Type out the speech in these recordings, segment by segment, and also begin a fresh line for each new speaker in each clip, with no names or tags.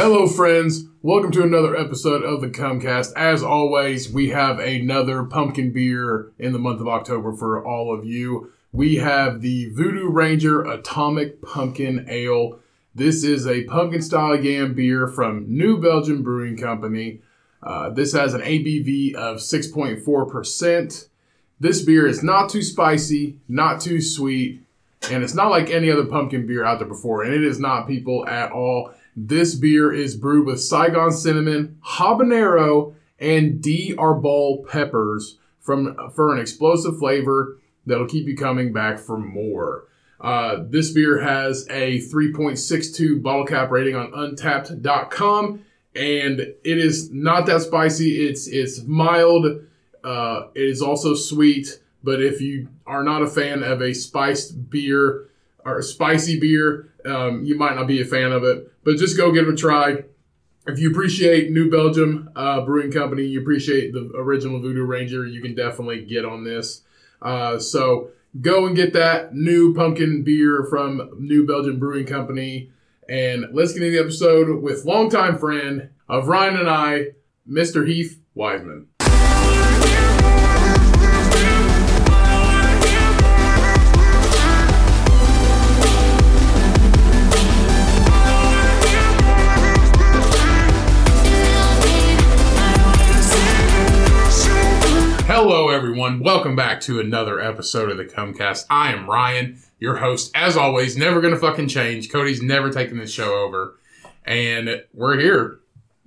Hello, friends. Welcome to another episode of the Comcast. As always, we have another pumpkin beer in the month of October for all of you. We have the Voodoo Ranger Atomic Pumpkin Ale. This is a pumpkin style yam beer from New Belgium Brewing Company. Uh, this has an ABV of 6.4%. This beer is not too spicy, not too sweet, and it's not like any other pumpkin beer out there before, and it is not people at all. This beer is brewed with Saigon cinnamon, habanero, and D. arbol peppers from for an explosive flavor that'll keep you coming back for more. Uh, this beer has a 3.62 bottle cap rating on untapped.com, and it is not that spicy. It's it's mild. Uh, it is also sweet, but if you are not a fan of a spiced beer, or spicy beer, um, you might not be a fan of it, but just go give it a try. If you appreciate New Belgium uh, Brewing Company, you appreciate the original Voodoo Ranger, you can definitely get on this. Uh, so go and get that new pumpkin beer from New Belgium Brewing Company. And let's get into the episode with longtime friend of Ryan and I, Mr. Heath Wiseman. Hello, everyone. Welcome back to another episode of the Comcast. I am Ryan, your host, as always. Never gonna fucking change. Cody's never taking this show over, and we're here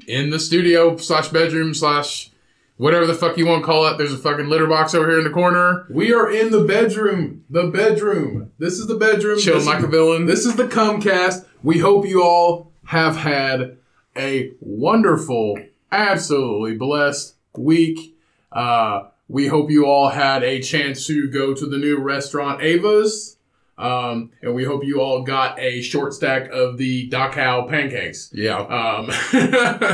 in the studio slash bedroom slash whatever the fuck you want to call it. There's a fucking litter box over here in the corner.
We are in the bedroom. The bedroom. This is the bedroom.
Chill,
this
Michael Villain.
This is the Comcast.
We hope you all have had a wonderful, absolutely blessed week. Uh, we hope you all had a chance to go to the new restaurant Ava's. Um, and we hope you all got a short stack of the Dachau pancakes.
Yeah.
Um,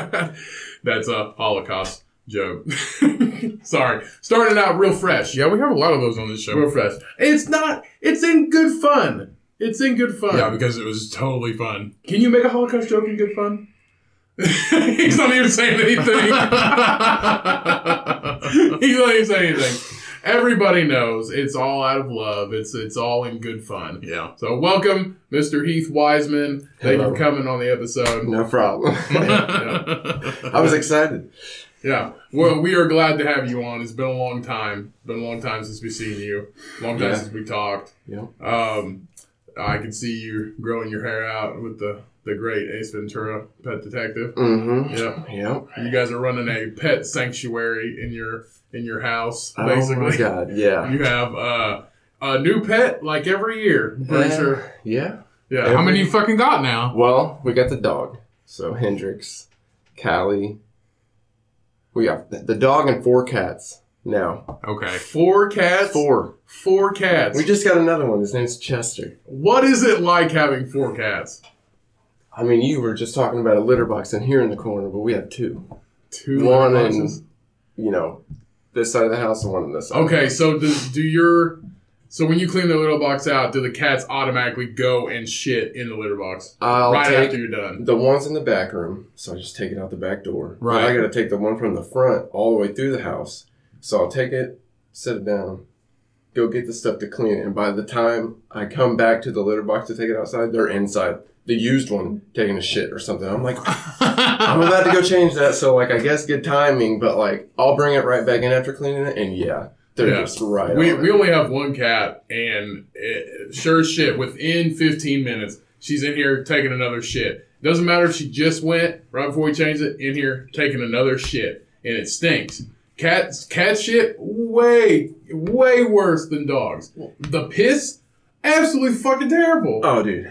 that's a Holocaust joke. Sorry. Starting out real fresh.
Yeah, we have a lot of those on this show.
Real fresh. It's not, it's in good fun. It's in good fun.
Yeah, because it was totally fun.
Can you make a Holocaust joke in good fun? He's not even saying anything. He's not even saying anything. Everybody knows it's all out of love. It's it's all in good fun.
Yeah.
So welcome, Mr. Heath Wiseman. Thank you
Hello.
for coming on the episode.
No problem.
Yeah.
I was excited.
Yeah. Well, we are glad to have you on. It's been a long time. Been a long time since we've seen you. Long time
Yeah.
since we talked.
Yeah.
Um, I can see you growing your hair out with the the great Ace Ventura Pet Detective.
Mm-hmm.
Yeah.
Yeah.
You guys are running a pet sanctuary in your in your house,
Oh my
basically.
god. Yeah.
you have uh, a new pet like every year. Pretty
Uh,
Mm-hmm. sure.
Yeah.
Yeah.
every-
How many you fucking got now?
Well, we got the dog. So Hendrix, Callie. We got the dog and four cats now.
Okay.
Four cats.
Four.
Four cats.
We just got another one. His name's Chester.
what is it like having four cats?
I mean, you were just talking about a litter box in here in the corner, but we have two.
Two
One and-
boxes?
You know, this side of the house and one on this side.
Okay, so does do your so when you clean the litter box out, do the cats automatically go and shit in the litter box
I'll
right
take
after you're done?
The one's in the back room, so I just take it out the back door.
Right.
But I gotta take the one from the front all the way through the house. So I'll take it, set it down, go get the stuff to clean it, and by the time I come back to the litter box to take it outside, they're inside. The used one taking a shit or something. I'm like, I'm about to go change that, so like I guess good timing, but like I'll bring it right back in after cleaning it, and yeah, they're
Yeah.
just right.
We,
on
we
it.
only have one cat, and it, sure as shit, within 15 minutes, she's in here taking another shit. Doesn't matter if she just went right before we changed it, in here taking another shit, and it stinks. Cats, cat shit, way, way worse than dogs. The piss, absolutely fucking terrible.
Oh, dude.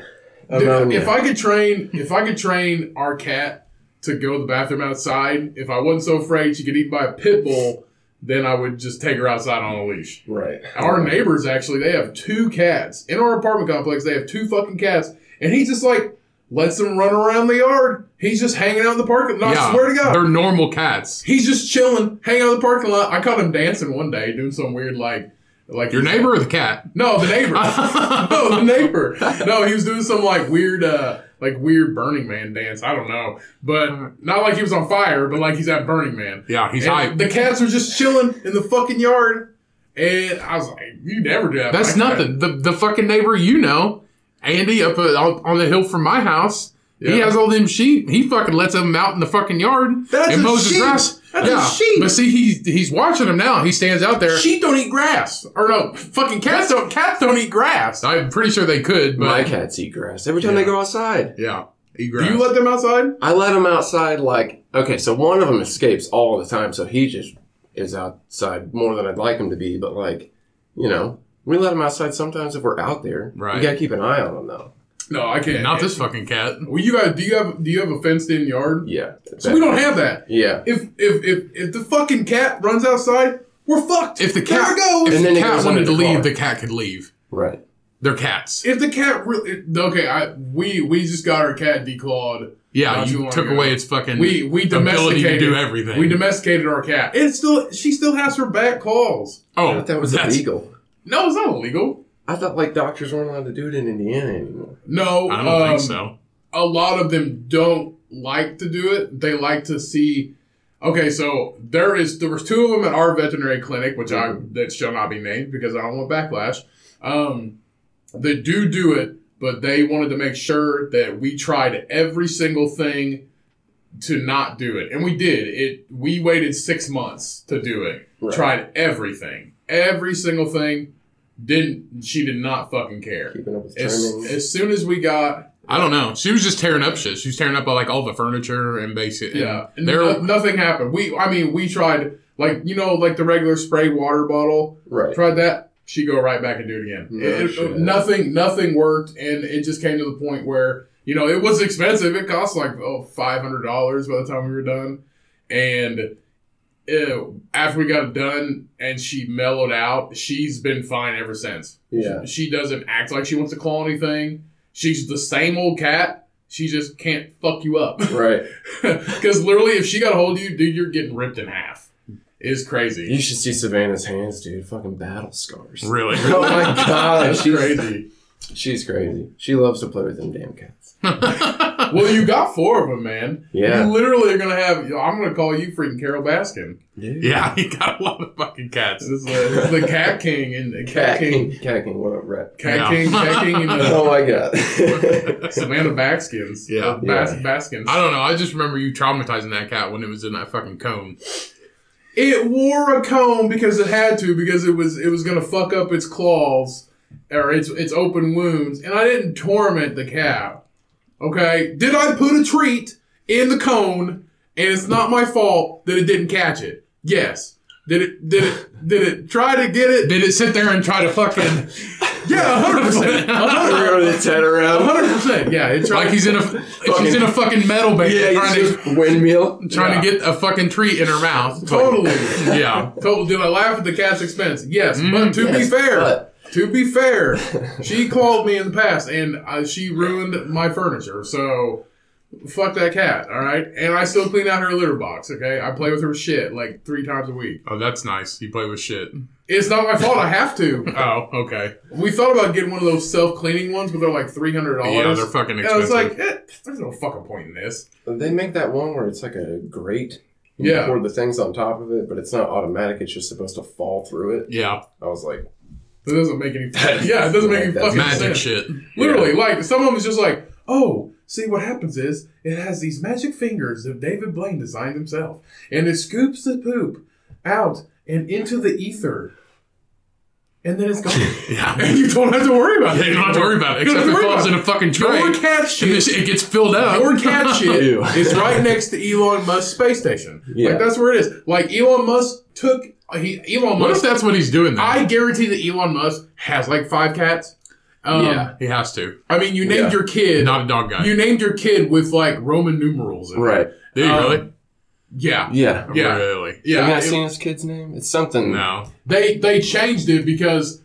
Dude,
Ammonia.
if I could train, if I could train our cat to go to the bathroom outside, if I wasn't so afraid she could eat by a pit bull, then I would just take her outside on a leash.
right.
Our neighbors actually, they have two cats in our apartment complex. They have two fucking cats, and he just like lets them run around the yard. He's just hanging out in the parking. lot. I
Yeah.
swear to God,
They're normal cats.
he's just chilling, hanging out in the parking lot. I caught him dancing one day, doing some weird like, like
Your neighbor or the cat?
No, the neighbor. no, the neighbor. No, he was doing some like weird uh like weird Burning Man dance. I don't know, but not like he was on fire, but like he's at Burning Man.
Yeah, he's
And
hype.
The cats are just chilling in the fucking yard, and I was like, "You never do that."
That's
like that."
nothing. The the fucking neighbor you know, Andy up uh, out on the hill from my house. He
Yeah.
has all them sheep. He fucking lets them out in the fucking yard
That's
and
a
mows the
sheep.
grass.
That's a
yeah,
sheep.
but see, he's he's watching them now. He stands out there.
Sheep don't eat grass, or no, fucking cats don't. Cats don't eat grass.
I'm pretty sure they could, but
My cats eat grass every time they go outside.
yeah, eat
Do
grass.
you let them outside?
I let them outside like okay, so one of them escapes all the time, so he just is outside more than I'd like him to be. But like, you know, we let him outside sometimes if we're out there.
Right.
You gotta keep an eye on him though.
No, I can't.
Not this fucking cat.
Well, you guys, do you have do you have a fenced in yard?
Yeah.
So we don't have that.
Yeah.
If if if if the fucking cat runs outside, we're fucked.
If the
There
cat,
it goes.
if
And then
the
they
cat
goes
wanted
under the
to leave,
car.
the cat could leave.
Right.
They're cats.
if the cat really okay, I we we just got our cat declawed.
Yeah,
Not too
you
long
took
ago.
away its fucking
We we
ability to
domesticated
do everything.
We domesticated our cat. It's still she still has her back claws.
I
oh,
thought that was
that's-
illegal.
No, it's not illegal.
I thought like doctors weren't allowed to do it in Indiana anymore.
No,
I don't
um,
think so.
a lot of them don't like to do it. They like to see. Okay, so there is there was two of them at our veterinary clinic, which I that shall not be named because I don't want backlash. Um, they do do it, but they wanted to make sure that we tried every single thing to not do it, and we did it. We waited six months to do it.
Right.
Tried everything, every single thing. Didn't she did not fucking care.
Keeping up with
As,
trimming.
as soon as we got
I don't know. She was just tearing up shit. She was tearing up like all the furniture and basic.
Yeah,
and
no,
they're
nothing happened. We, I mean, we tried like you know, like the regular spray water bottle.
right.
Tried that, she go right back and do it again.
No
It- it-
shit.
nothing, nothing worked, and it just came to the point where you know it was expensive. It cost like oh five hundred dollars by the time we were done, and. It, after we got it done and she mellowed out, she's been fine ever since.
Yeah.
She doesn't act like she wants to claw anything. She's the same old cat. She just can't fuck you up.
Right.
Because literally, if she got a hold of you, dude, you're getting ripped in half. Is
You
crazy.
should see Savannah's hands, dude. Fucking battle scars.
really.
Oh my god,
That's
she's
crazy.
She's crazy. She loves to play with them damn cats.
Well, you got four of them, man.
Yeah.
You literally are gonna have. I'm gonna call you freaking Carol Baskin.
yeah, he got a lot of fucking cats.
This is the, this is the Cat King and the Cat King,
Cat King, what up, rat?
Cat
Yeah.
King, Cat King, and
Oh
uh,
my god.
Savannah Baskins.
Yeah.
Uh, Bas-
Yeah.
Baskins.
I don't know. I just remember you traumatizing that cat when it was in that fucking cone.
It wore a comb because it had to because it was it was gonna fuck up its claws or its its open wounds, and I didn't torment the cat. Okay, did I put a treat in the cone? And it's not my fault that it didn't catch it. Yes. Did it? Did it? Did it try to get it?
Did it sit there and try to fucking
Yeah, hundred percent.
We're
Hundred
going to tet around.
percent. Yeah, it tried.
like he's in a she's in a fucking metal band
Yeah,
trying
you
to
just windmill.
trying to get a fucking treat in her mouth?
totally.
Yeah.
Totally. Did I laugh at the cat's expense? Yes,
Mm,
but to
yes,
be fair,
but-
to be fair, she called me in the past and uh, she ruined my furniture. So fuck that cat. All right, and I still clean out her litter box. Okay, I play with her shit like three times a week.
Oh, that's nice. You play with shit.
It's not my fault. I have to.
Oh, okay.
We thought about getting one of those self cleaning ones, but they're like three hundred dollars.
Yeah, they're fucking
And I Oh, was
expensive.
like, eh, there's no fucking point in this.
They make that one where it's like a grate. You
Yeah.
pour the things on top of it, but it's not automatic. It's just supposed to fall through it.
yeah,
I was like,
It doesn't make any. yeah, it doesn't make any
That's
fucking
magic
sense.
shit.
Literally, like some of them is just like, oh, see what happens is it has these magic fingers that David Blaine designed himself, and it scoops the poop out and into the ether, and then it's gone.
Yeah.
and you don't have to worry about
Yeah,
it.
you don't have to worry about it.
You don't have
Except it
to worry
falls
about
in a fucking tray.
Your cat
and
shit.
this, it gets filled up.
Your cat shit
Ew.
is right next to Elon Musk's space station.
Yeah.
Like that's where it is. Like Elon Musk took he Elon
What if
Musk.
that's what he's doing? Then?
I guarantee that Elon Musk has like five cats. Um,
Yeah.
he has to.
I mean, you named
Yeah.
your kid
Not a dog guy.
You named your kid with like Roman numerals. in it.
right.
Do you
Um,
really?
Yeah.
Yeah.
yeah.
Really?
Yeah.
Have you
it-
not seen this kid's name? It's something.
No.
they they changed it because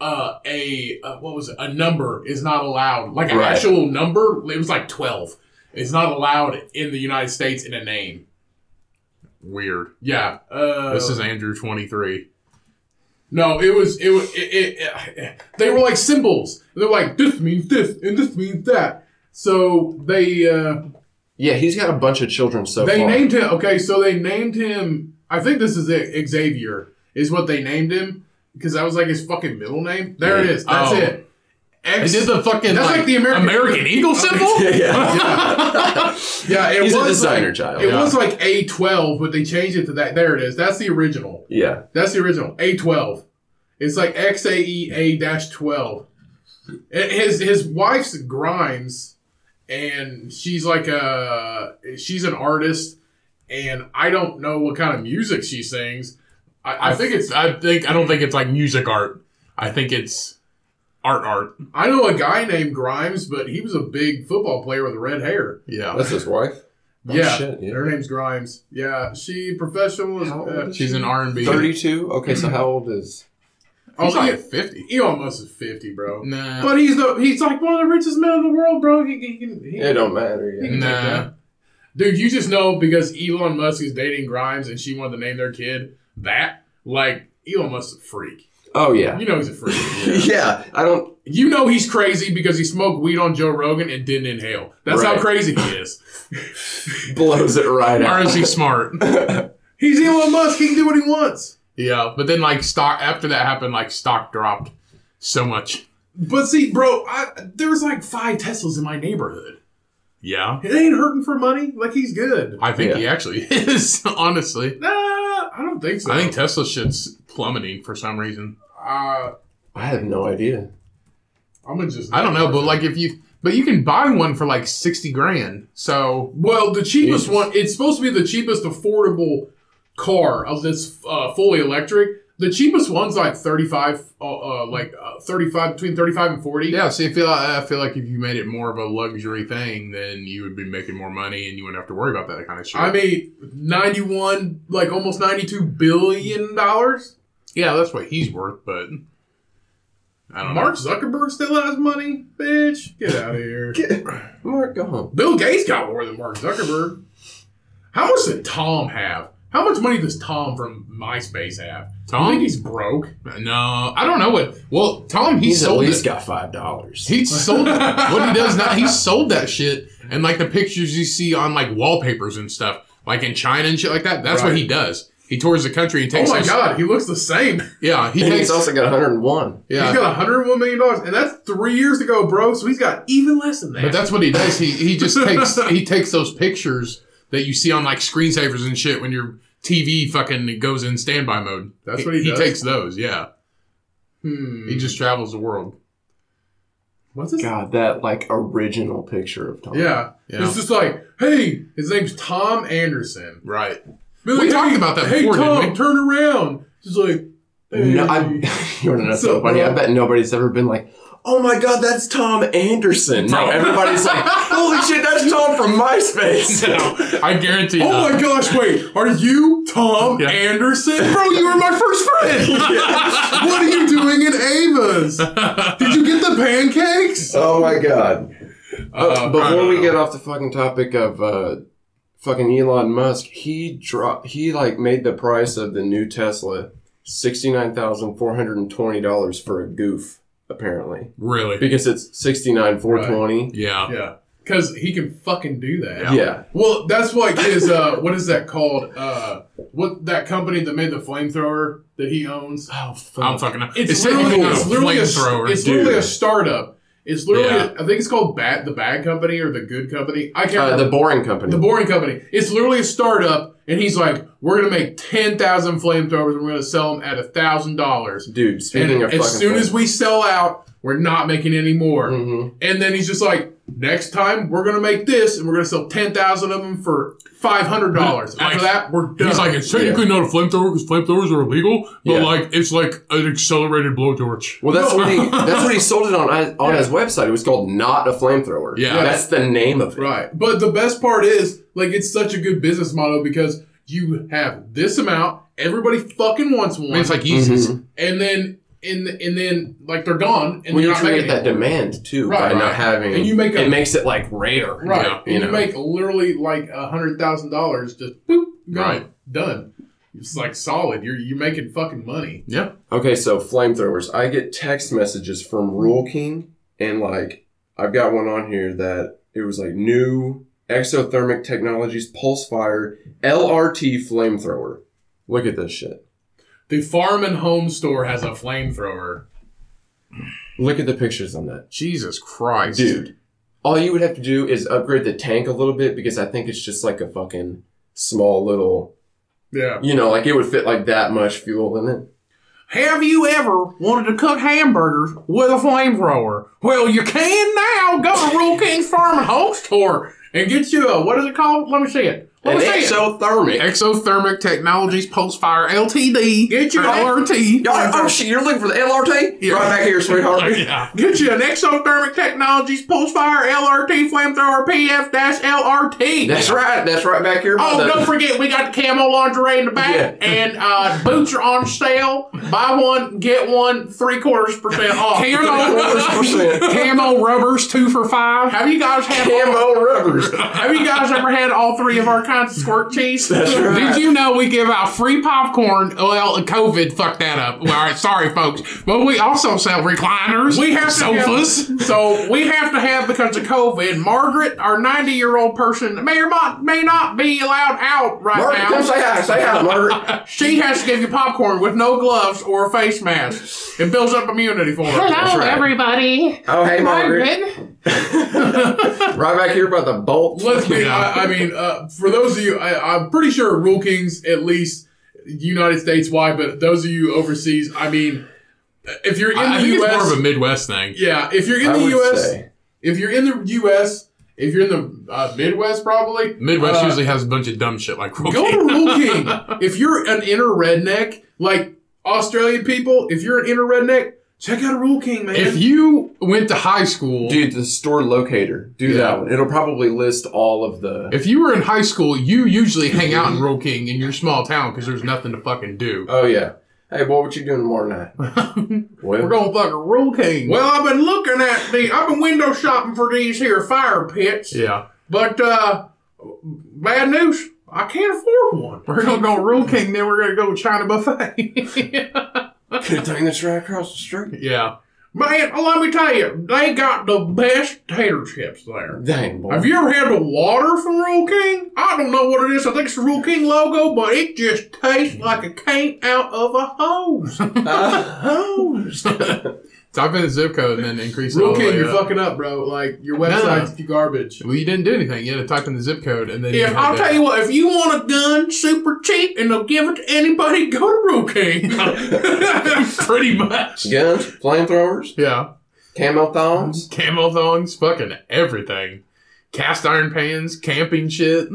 uh, a uh, what was it? A number is not allowed. Like an
Right.
actual number, it was like twelve. It's not allowed in the United States in a name.
Weird.
Yeah. Uh,
This is Andrew twenty three.
no. It was it, wa- it, it, it. They were like symbols. They're like this means this and this means that. So they uh,
Yeah, he's got a bunch of children so
they
far.
named him. Okay, so they named him. I think this is it. Xavier is what they named him because that was like his fucking middle name. There it
Yeah.
is. That's
Oh.
it.
They
X.
did the fucking
That's
like,
like the American-
Eagle symbol.
yeah, yeah.
yeah, it
he's
was
a designer
Like,
child.
It
Yeah.
was like A twelve, but they changed it to that. There it is. That's the original.
yeah.
That's the original A twelve. It's like XAEA twelve. His his wife's Grimes, and she's like a uh, she's an artist, and I don't know what kind of music she sings. I, I think it's
I think I don't think it's like music art. I think it's art art.
I know a guy named Grimes, but he was a big football player with red hair.
Yeah,
That's his wife. Oh,
yeah,
shit, yeah.
her name's Grimes. Yeah, she professional.
How old
Uh,
is
she's an R and B.
Thirty-two. Okay, so how old is?
oh,
He's
he,
like fifty.
he almost is fifty, bro.
Nah,
But he's the he's like one of the richest men in the world, bro. He, he, can- he,
It don't matter.
he
Yeah.
can take that.
nah.
Dude, you just know because Elon Musk is dating Grimes and she wanted to name their kid that. Like, Elon Musk's a freak.
Oh yeah.
You know he's a freak.
Yeah, I don't.
you know he's crazy because he smoked weed on Joe Rogan and didn't inhale. That's
Right.
how crazy he is.
Blows it right
Or
out.
is he smart?
He's Elon Musk. He can do what he wants.
yeah, but then like stock after that happened, like stock dropped so much.
But see, bro, I, there's like five Teslas in my neighborhood.
Yeah,
It ain't hurting for money. Like, he's good.
I think
Yeah.
he actually is. Honestly,
Nah, I don't think so.
I think Tesla shit's plummeting for some reason.
uh,
I have no idea.
I'm going to just.
I don't know, but like if you, but you can buy one for like sixty grand. So
Well, the cheapest
Jesus.
one, it's supposed to be the cheapest affordable car of this uh, fully electric. The cheapest one's like 35, uh, uh, like uh, 35, between 35 and 40.
yeah, see, I feel I feel like if you made it more of a luxury thing, then you would be making more money and you wouldn't have to worry about that kind of shit.
I mean, 91, like almost 92 billion dollars.
Yeah, that's what he's worth, but I don't
Mark Zuckerberg still has money, bitch. Get out of here.
Get, Mark, go home.
Bill Gates got more than Mark Zuckerberg. How much did Tom have? How much money does Tom from MySpace have?
know.
I think
Tom?
he's broke.
No, I don't know what. Well, Tom, he
He's at
sold
least
it.
got five dollars.
He sold it. what he does now. He sold that shit, and like the pictures you see on like wallpapers and stuff, like in China and shit like that. That's what
Right.
he does. He tours the country and
Oh
takes.
my
those-
God, he looks the same.
Yeah, he
And
takes.
he's also got 101.
yeah,
He's got 101 million dollars, and that's three years ago, bro. So he's got even less than that.
But that's what he does. He he just takes he takes those pictures that you see on like screensavers and shit when your TV fucking goes in standby mode.
That's what he does?
He takes those. Yeah,
hmm.
he just travels the world.
what's his?
God, that like original picture of Tom.
Yeah.
Yeah.
it's just like, hey, his name's Tom Anderson.
Right.
Be
We
like,
talked
hey,
about that
Hey,
before, didn't
Tom,
we?
turn around. Just like, hey.
No, I, you want to
So,
know something funny? I
bro-
bet nobody's ever been like, "Oh my God, that's Tom Anderson." No, everybody's like, "Holy shit, that's Tom from MySpace."
I guarantee.
oh
not.
my gosh, wait, are you Tom
Yeah.
Anderson, bro? You were my first friend. what are you doing in Ava's? Did you get the pancakes?
oh my God!
Uh, I
Before
don't
we
know.
get off the fucking topic of uh, fucking Elon Musk, he dropped. He like made the price of the new Tesla sixty nine thousand four hundred and twenty dollars for a goof, apparently,
Really?
because it's sixty nine four twenty.
Yeah.
yeah, because he can fucking do that.
Yeah,
Well, that's like his uh what is that called? Uh what that company that made the flamethrower that he owns.
Oh
I'm fucking. It's,
It's,
it's
literally,
technically not
it's, literally
a
a,
flamethrower.
it's literally
dude.
a startup. It's literally
Yeah.
I think it's called Bat the Bad Company or the Good Company. I can't
Uh,
remember.
the boring company.
The boring company. It's literally a startup, and he's like, "We're gonna make ten thousand flamethrowers, and we're gonna sell them at a thousand dollars.
Dude, speaking
And
of
as
fucking
soon as we sell out, we're not making any more."
Mhm.
And then he's just like, "Next time, we're gonna make this, and we're gonna sell ten thousand of them for five hundred dollars.
Like-
After that, we're done."
He's like, it's technically not a flamethrower because flamethrowers are illegal, but
Yeah.
like, it's like an accelerated blowtorch.
Well, that's what he that's what he sold it on uh, on his website. It was called "Not a Flamethrower."
Yeah.
that's the name of it.
Right. But the best part is, like, it's such a good business model because you have this amount, everybody fucking wants one,
I mean, it's like Yeezys.
Mhm.
and then and and then like they're gone, and
Well,
you're
you
not making
create that
that
demand too
Right,
by
right.
not having,
And you make a-
it makes it like rare.
right.
Yeah,
and
you
you
know.
make literally like a hundred thousand dollars just boop, gone,
Right.
done. It's like solid. You're you're making fucking money.
Yeah.
Okay, so flamethrowers. I get text messages from Rule King, and like I've got one on here that It was like new exothermic technologies pulse fire LRT flamethrower. Look at this shit.
The farm and home store has a flamethrower.
Look at the pictures on that.
Jesus Christ,
Dude, all you would have to do is upgrade the tank a little bit because I think it's just like a fucking small little,
Yeah.
you know, like it would fit like that much fuel in it.
Have you ever wanted to cook hamburgers with a flamethrower? Well, you can now. Go to Rule King's Farm and Home Store and get you a what is it called? Let me see it. Let
An
me see it.
exothermic.
Exothermic Technologies Pulse Fire Ltd.
Get your
Or LRT.
Y'all- oh shit, you're looking for the LRT?
Yeah.
Right back here, sweetheart.
Yeah.
Get you an Exothermic Technologies Pulse Fire LRT Flamethrower PF LRT.
That's right. That's right back here.
Oh,
by the-
don't forget, we got the camo lingerie in the back,
Yeah.
and uh, boots are on sale. Buy one, get one, three quarters percent off.
Camo,
100%.
camo rubbers, two for five.
Have you guys had?
Camo rubbers.
Have you guys ever had all three of our kinds of squirt cheese?
That's right.
Did you know we give out free popcorn? Well, COVID fucked that up. Well, all right, sorry, folks. But we also sell recliners.
We have to
sofas.
Have, so we have to have because of COVID. Margaret, our ninety-year-old person, may or not, may not be allowed out right
Margaret, come
now.
say hi. Say hi, Margaret.
She has to give you popcorn with no gloves or a face mask. It builds up immunity for her.
That's right.
everybody.
Oh, hey, Margaret. Right back here by the bolt.
Let's be.
Yeah.
I, I mean, uh, for those of you, I, I'm pretty sure Rule Kings, at least United States wide, but those of you overseas, I mean, if you're in
I, I
the
think
U.S.,
it's more of a Midwest thing.
yeah, if you're in
I
the
would
U.S.,
say.
if you're in the U.S., if you're in the uh, Midwest, probably
Midwest
uh,
usually has a bunch of dumb shit like
Go to Rule King. if you're an inner redneck, like Australian people, if you're an inner redneck, check out Rule King, man.
If you went to high school,
Dude, the store locator. Do
Yeah.
that one. It'll probably list all of the.
if you were in high school, you usually hang out in Roll King in your small town because there's nothing to fucking do.
Oh, yeah. Hey, boy, what you doing tomorrow night? Well,
We're going fucking Roll King.
well, I've been looking at the, I've been window shopping for these here fire pits.
yeah,
But uh bad news, I can't afford one.
we're gonna go Roll King, then we're gonna go China Buffet.
could have taken this right across the street.
yeah,
Man, oh, let me tell you, they got the best tater chips there.
Dang, boy.
Have you ever had the water from Rule King? I don't know what it is. I think it's the Rule King logo, but it just tastes like it came out of a hose.
type in the zip code and then increase it all
Rule
the
King,
way
you're
up.
fucking up, bro. Like your website's garbage.
Well, you didn't do anything. You had to type in the zip code and then.
If I'll tell you what, if you want a gun super cheap and they'll give it to anybody, go to Rule King.
pretty much.
Guns, flamethrowers,
Yeah,
camo thongs.
camel thongs, fucking everything, cast iron pans, camping shit,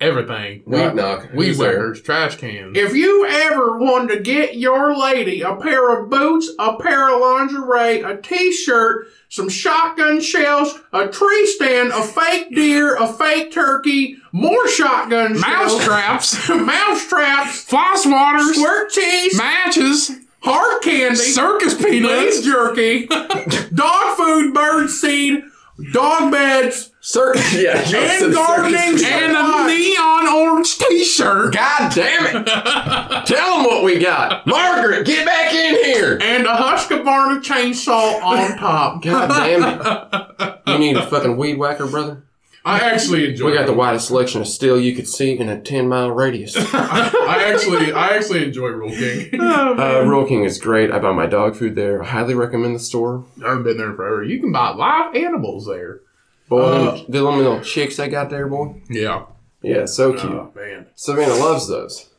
everything.
Knock, knock.
Weed
Who's there?
wearers, trash cans.
If you ever wanted to get your lady a pair of boots, a pair of lingerie, a t-shirt, some shotgun shells, a tree stand, a fake deer, a fake turkey, more shotgun shells,
Mousetraps,
mouse traps,
floss waters,
squirt cheese,
matches,
hard candy,
circus
beef
peanuts,
jerky, dog food, bird seed, dog beds,
Circus. Yeah. you
And
said circus.
gardening.
Oh, and a neon orange T-shirt.
God damn it! Tell them what we got. Margaret, get back in here.
and a Husqvarna chainsaw on top.
God damn it! You need a fucking weed whacker, brother.
I actually enjoy.
We got the widest selection of steel you could see in a ten mile radius.
I actually, I actually enjoy Rule King.
Uh, Royal King is great. I buy my dog food there. I highly recommend the store.
I've been there forever. You can buy live animals there.
Boy,
Uh,
them, them little chicks they got there, boy.
Yeah.
Yeah, so cute.
Oh man,
Savannah loves those.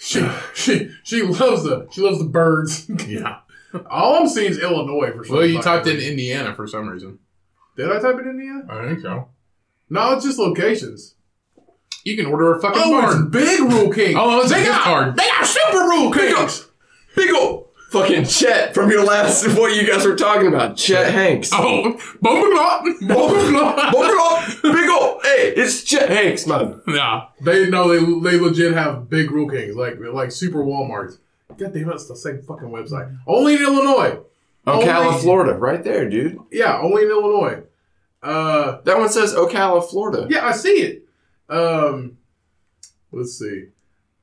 she she she loves the she loves the birds.
Yeah.
All I'm seeing is Illinois for some.
Well, you
fucking
typed in
reason.
Indiana for some reason.
Did I type it in Indiana?
I think so.
No, it's just locations.
You can order a fucking
Oh, it's
barn.
big Rule King.
Oh, it's a gift
got,
card.
They got super Rule Kings.
Big ol' fucking Chet from your last what you guys were talking about, Chet Hanks.
Oh, bumble
Big ol' hey, it's Chet Hanks, man.
Yeah.
They no, they they legit have big Rule Kings, like like super Walmarts. God damn it, it's the same fucking website. Only in Illinois.
Ocala,
Only-
Florida, right there, dude.
Yeah, only in Illinois. Uh.
That one says Ocala, Florida.
Yeah, I see it. Um, let's see.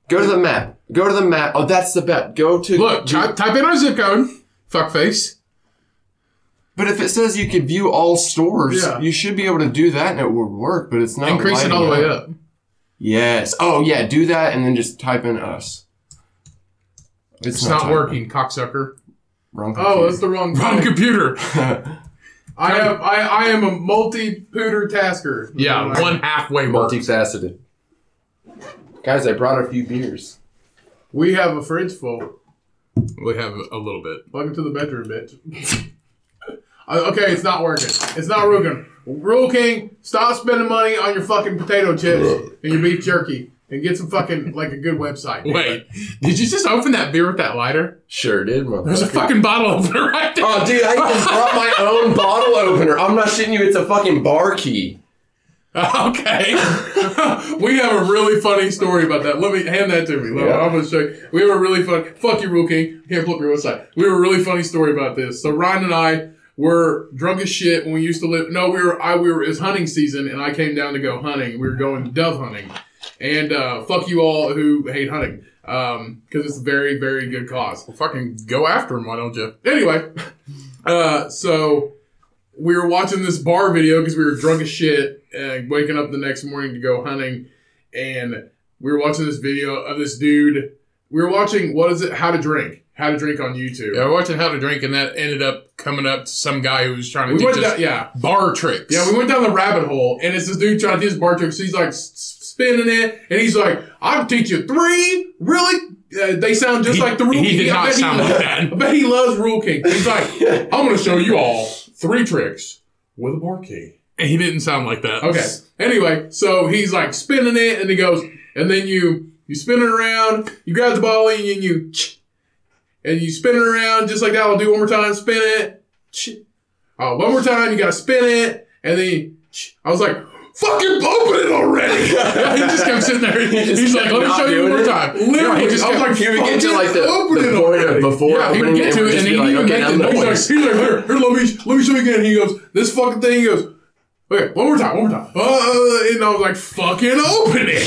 Go to the map. Go to the map. Oh, that's the bet. Go to
Look, ty- type in our zip code. Fuckface.
But if it says you can view all stores,
Yeah.
you should be able to do that and it would work, but it's not.
Increase it all the
lighting
way up.
Yes. Oh, yeah, do that and then just type in us.
It's, not,
typing.
working, cocksucker.
Wrong
Oh, that's the wrong
Wrong
button.
computer.
computer.
I have I, I am a multi pooter tasker.
Yeah, one halfway working.
Multifaceted. Guys, I brought a few beers.
We have a fridge full.
We have a little bit.
Welcome to the bedroom, bitch. Uh, okay, it's not working. It's not working. Rule King, stop spending money on your fucking potato chips and your beef jerky and get some fucking like a good website.
Wait, did you just open that beer with that lighter?
Sure did,
There's a
motherfucker.
fucking bottle opener right there.
Oh, dude, I even brought my own bottle opener. I'm not shitting you. It's a fucking bar key.
okay.
we have a really funny story about that. Let me hand that to me. Let-
Yeah.
I'm gonna show you. We have a really fun. Fuck you, Rule King. Can't pull up your website. We have a really funny story about this. So Ryan and I were drunk as shit when we used to live. No, we were. I we were. It's hunting season, and I came down to go hunting. We were going dove hunting, and uh, fuck you all who hate hunting because it's a very very good cause.
fucking go after him, why don't you?
Anyway, uh, so we were watching this bar video because we were drunk as shit and waking up the next morning to go hunting. And we were watching this video of this dude. We were watching, what is it? How to Drink. How to Drink on YouTube.
Yeah, we're watching How to Drink, and that ended up coming up to some guy who was trying to
We
teach
went
us
down, yeah.
bar tricks.
Yeah, we went down the rabbit hole, and it's this dude trying to do his bar tricks. He's like s- s- spinning it, and he's like, "I can teach you three really." Uh, they sound just
He-
like the Rule
he
King.
did
I
not
bet
sound
lo-
like that.
I bet he loves Rule King. He's like, "I'm going to show you all three tricks with a bar key."
And he didn't sound like that.
Okay. Anyway, so he's like spinning it, and he goes, and then you you spin it around, you grab the ball, and you, you ch- and you spin it around just like that. I'll do one more time. Spin it. ch- Uh, one more time. You gotta spin it, and then you ch- I was like, "Fucking open it already!"
he just kept sitting there.
He just
He's like,
kept
let me
not
show you one
doing
more
it.
time.
Literally,
he just
I was
kept-
like,
He would
"Fucking
get to like the,
open
the
it
point of
already."
before
Yeah, he would
opening
get
it,
to
would
it,
just
and
be
then
like,
he would
okay,
make
now
the
the
noise.
He's
point.
like, he's like, here, here, let me let me show you again. He goes, this fucking thing. He goes, okay, one more time, one more time. Uh, and I was like, fucking open it.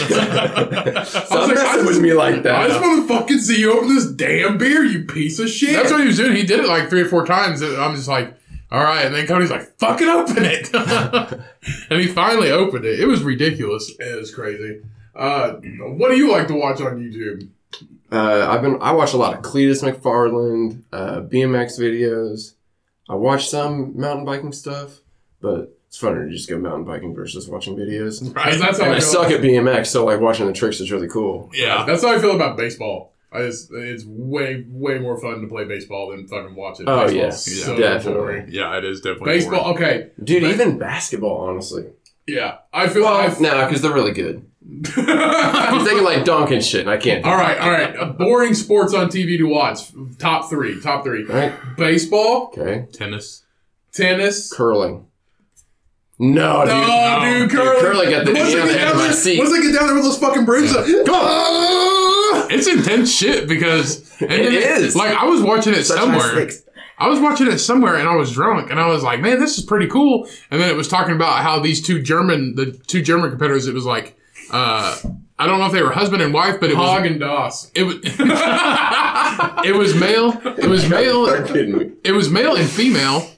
Stop
I was like, I
messing
just-
with me like
I just
that.
want to fucking see you open this damn beer, you piece of shit.
That's what he was doing. He did it like three or four times. And I'm just like, all right. And then Cody's like, fucking open it. and he finally opened it. It was ridiculous.
it is crazy. Uh, what do you like to watch on YouTube?
Uh, I've been I watch a lot of Cletus McFarland, uh, BMX videos. I watch some mountain biking stuff, but it's funner to just go mountain biking versus watching videos.
Right, that's how
And
I
I
feel.
suck at BMX, so like watching the tricks is really cool.
Yeah.
That's how I feel about baseball. I just, it's way way more fun to play baseball than fucking watch it.
Oh,
Baseball's
yeah.
so
Yeah, definitely.
boring.
Yeah, it is definitely.
Baseball, okay,
Dude,
But-
even basketball, honestly.
yeah, I feel.
Well,
I
no, because they're really good.
f-
Because they can like dunk and shit, and I can't. do
all right, all right. Uh, boring sports on TV to watch. Top three, top three.
it. All right.
Baseball,
Okay.
Tennis.
tennis.
Curling. No,
No,
dude.
Oh, dude,
Oh, dude,
curling.
curling got the
Once they
damn
get
edge of
down
my
there-
seat.
Once they get down there with those fucking brooms,
Come on.
It's intense shit because and
It is.
Like I was watching it
Such high
somewhere.
stakes.
I was watching it somewhere and I was drunk and I was like, man, this is pretty cool. And then it was talking about how these two German, the two German competitors, it was like, uh, I don't know if they were husband and wife, but it was
Hog and Doss.
it was it was male. It was
Are
male.
you kidding me?
It was male and female,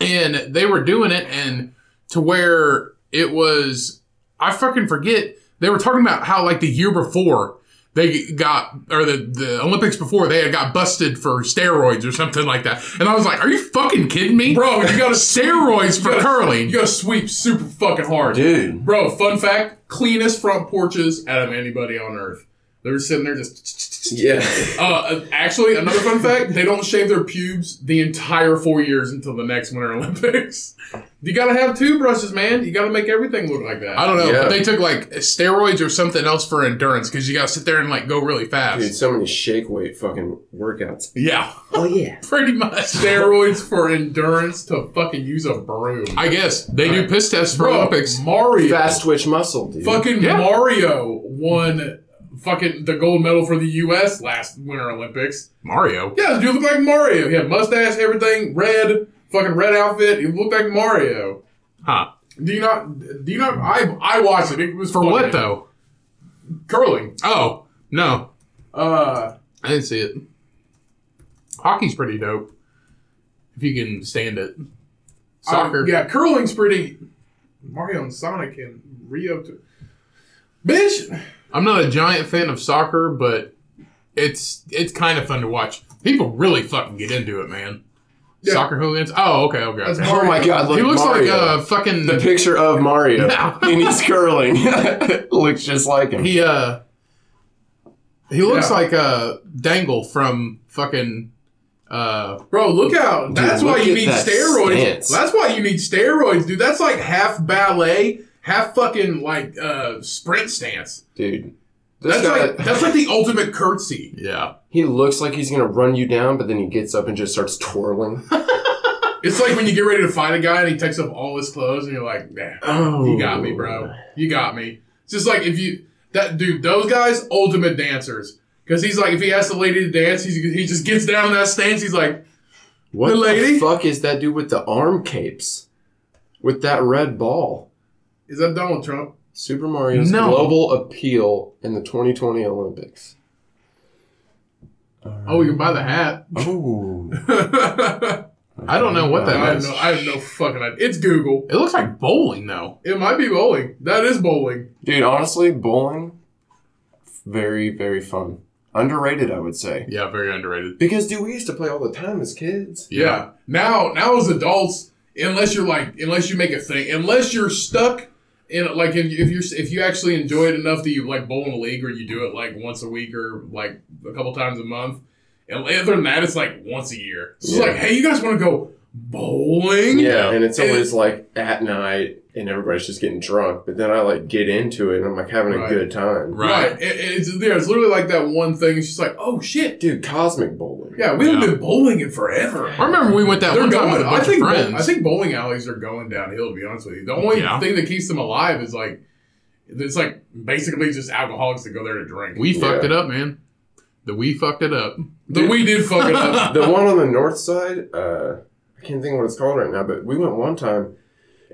and they were doing it, and to where it was, I fucking forget. They were talking about how like the year before they got or the the Olympics before they had got busted for steroids or something like that, and I was like, "Are you fucking kidding me,
Bro, you gotta
steroids for
gotta-
curling."
You gotta sweep super fucking hard.
Dude.
Bro, fun fact cleanest front porches out of anybody on earth. They were sitting there just.
Yeah.
Uh, actually, another fun fact they don't shave their pubes the entire four years until the next Winter Olympics. You gotta have two brushes, man. You gotta make everything look like that.
I don't know,
Yeah.
but they took like steroids or something else for endurance because you gotta sit there and like go really fast.
Dude, so many shake weight fucking workouts.
Yeah,
Oh, yeah.
pretty much.
Steroids for endurance to fucking use a broom.
I guess they do piss tests for
Bro,
Olympics.
Mario.
Fast twitch muscle, dude.
Fucking
Yeah.
Mario won fucking the gold medal for the U.S. last Winter Olympics.
Mario.
Yeah, this dude looked like Mario. He had mustache, everything, red, fucking red outfit. He looked like Mario.
Huh.
Do you not? Do you not? I I watched it. It was
For what
fucking-
though?
Curling.
Oh no,
Uh,
I didn't see it. Hockey's pretty dope.
if you can stand it.
I-
Soccer.
Um, Uh, yeah, curling's pretty. Mario and Sonic can re up to. Bitch!
I'm not a giant fan of soccer, but it's it's kind of fun to watch. People really fucking get into it, man.
Yeah.
Soccer hooligans. Oh, okay, okay.
That's
okay.
Mario.
Oh my god, look,
he looks
Mario.
like a fucking.
uh, the picture of Mario
No.
and he's curling. looks just like him.
he uh. He looks
Yeah.
like a dangle from fucking. Uh,
Bro, look out. That's why
look
you
at
need
that
steroids.
stance.
That's why you need steroids, dude. That's like half ballet, half fucking like uh sprint stance.
Dude. This
That's
guy,
like that's like the ultimate curtsy.
yeah,
he looks like he's gonna run you down, but then he gets up and just starts twirling.
It's like when you get ready to fight a guy and he takes off all his clothes and you're like, nah,
Oh.
you got me, bro. You got me. It's just like if you that dude, those guys, ultimate dancers. Cause he's like, if he asks the lady to dance, he's, he just gets down in that stance. He's like,
What
The lady?
the fuck is that dude with the arm capes? With that red ball.
"Is that Donald Trump?"
Super Mario's
No.
global appeal in the 2020 Olympics.
Oh, you can buy the hat.
Oh.
I don't know what
I
that
have
is.
no, I have no fucking idea. It's Google.
It looks like bowling though.
It might be bowling. That is bowling.
Dude, honestly, bowling, very, very fun. Underrated, I would say.
Yeah, very underrated.
Because, dude, we used to play all the time as kids.
Yeah. Now, now as adults, unless you're like, unless you make a thing, unless you're stuck in like, if, if you're if you actually enjoy it enough that you like bowl in a league or you do it like once a week or like a couple times a month. And other than that, it's like once a year. So
Yeah.
It's like, hey, you guys want to go bowling?
Yeah, and it's
And-
always like at night and everybody's just getting drunk. But then I like get into it and I'm like having
Right.
a good time.
Right.
Right.
It- it's, yeah, it's literally like that one thing. It's just like, oh shit.
Dude, cosmic bowling.
Yeah, we haven't
Yeah.
been bowling in forever.
I remember we went that
They're
one time
going.
with a bunch
I think
of friends.
I think bowling alleys are going downhill. To be honest with you, the only
Yeah.
thing that keeps them alive is like it's like basically just alcoholics that go there to drink.
we
Yeah.
fucked it up, man. The we fucked it up.
The we did fuck it up.
the one on the north side, uh, I can't think of what it's called right now, but we went one time,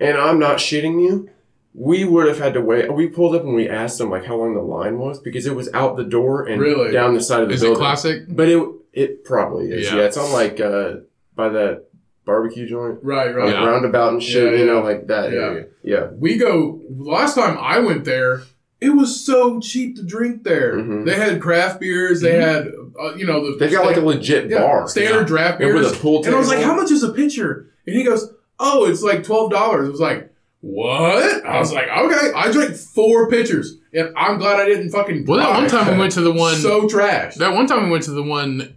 and I'm not shitting you. We would have had to wait. We pulled up and we asked them like how long the line was because it was out the door and
Really?
down the side of the
Is it
building.
classic?
But it it probably is.
Yeah.
Yeah, it's on like uh, by that barbecue joint,
right, right.
like
Yeah.
roundabout and shit.
Yeah,
you
yeah.
know, like that
Yeah.
area. Yeah.
We go. Last time I went there, it was so cheap to drink there.
Mhm.
They had craft beers.
Mm-hmm.
They had uh, you know the
They've got like a legit
yeah,
bar.
standard draft
And
beers.
with a pool table.
And I was like, "How much is a pitcher?" And he goes, "Oh, it's like twelve dollars." I was like, "What?" I was like, "Okay." I drank four pitchers, and I'm glad I didn't fucking.
Well, that one
drive.
time we went to the one.
so trash.
that one time we went to the one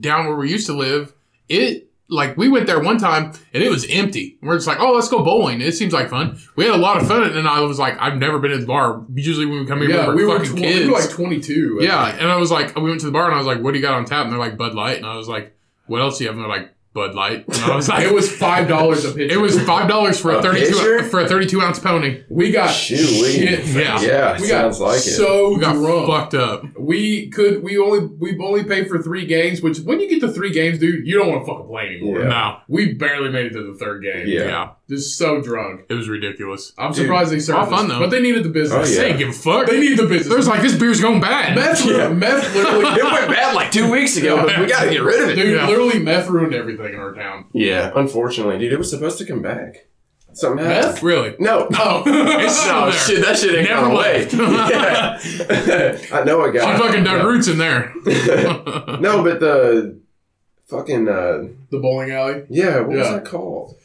down where we used to live. It like we went there one time and it was empty. We're just like, oh, let's go bowling. It seems like fun. We had a lot of fun, and I was like, I've never been in the bar. Usually when we come here,
yeah,
we
we
were
were,
fucking
tw- we
kids.
were like 22. I
yeah, and I was like, we went to the bar and I was like, what do you got on tap? And they're like Bud Light, and I was like, what else do you have? And they're like Bud Light, and I was
think.
like,
it was five dollars a pitcher.
It was five dollars for a,
A
thirty-two
pitcher?
for a thirty-two ounce pony.
we got
Shoo-wee.
shit.
Yeah.
Yeah,
we got
sounds like it.
so
We got
drunk.
fucked up.
We could. We only. We only paid for three games. Which when you get to three games, dude, you don't want to fucking play anymore.
Yeah.
No,
We barely made it to the third game.
yeah.
Yeah.
Just so drunk.
it was ridiculous.
I'm
Dude,
surprised they served
all fun,
us,
though.
but they needed the
Oh,
business.
They
yeah.
didn't give a fuck.
They need the business.
There's like this beer's going bad.
Meth, ru-
Yeah.
meth literally,
It went bad like two weeks ago, but we gotta get rid of it.
dude,
Yeah.
literally meth ruined everything in our town.
Yeah, unfortunately, dude, it was supposed to come back. Something happened.
Meth?
Uh, Really?
No, no,
Oh,
It's still there.
shit, that shit ain't
Never
gone away.
left.
yeah. I know a
She
guy.
fucking dug roots in there.
no, but the fucking uh,
the bowling alley?
yeah, what was
Yeah.
that called?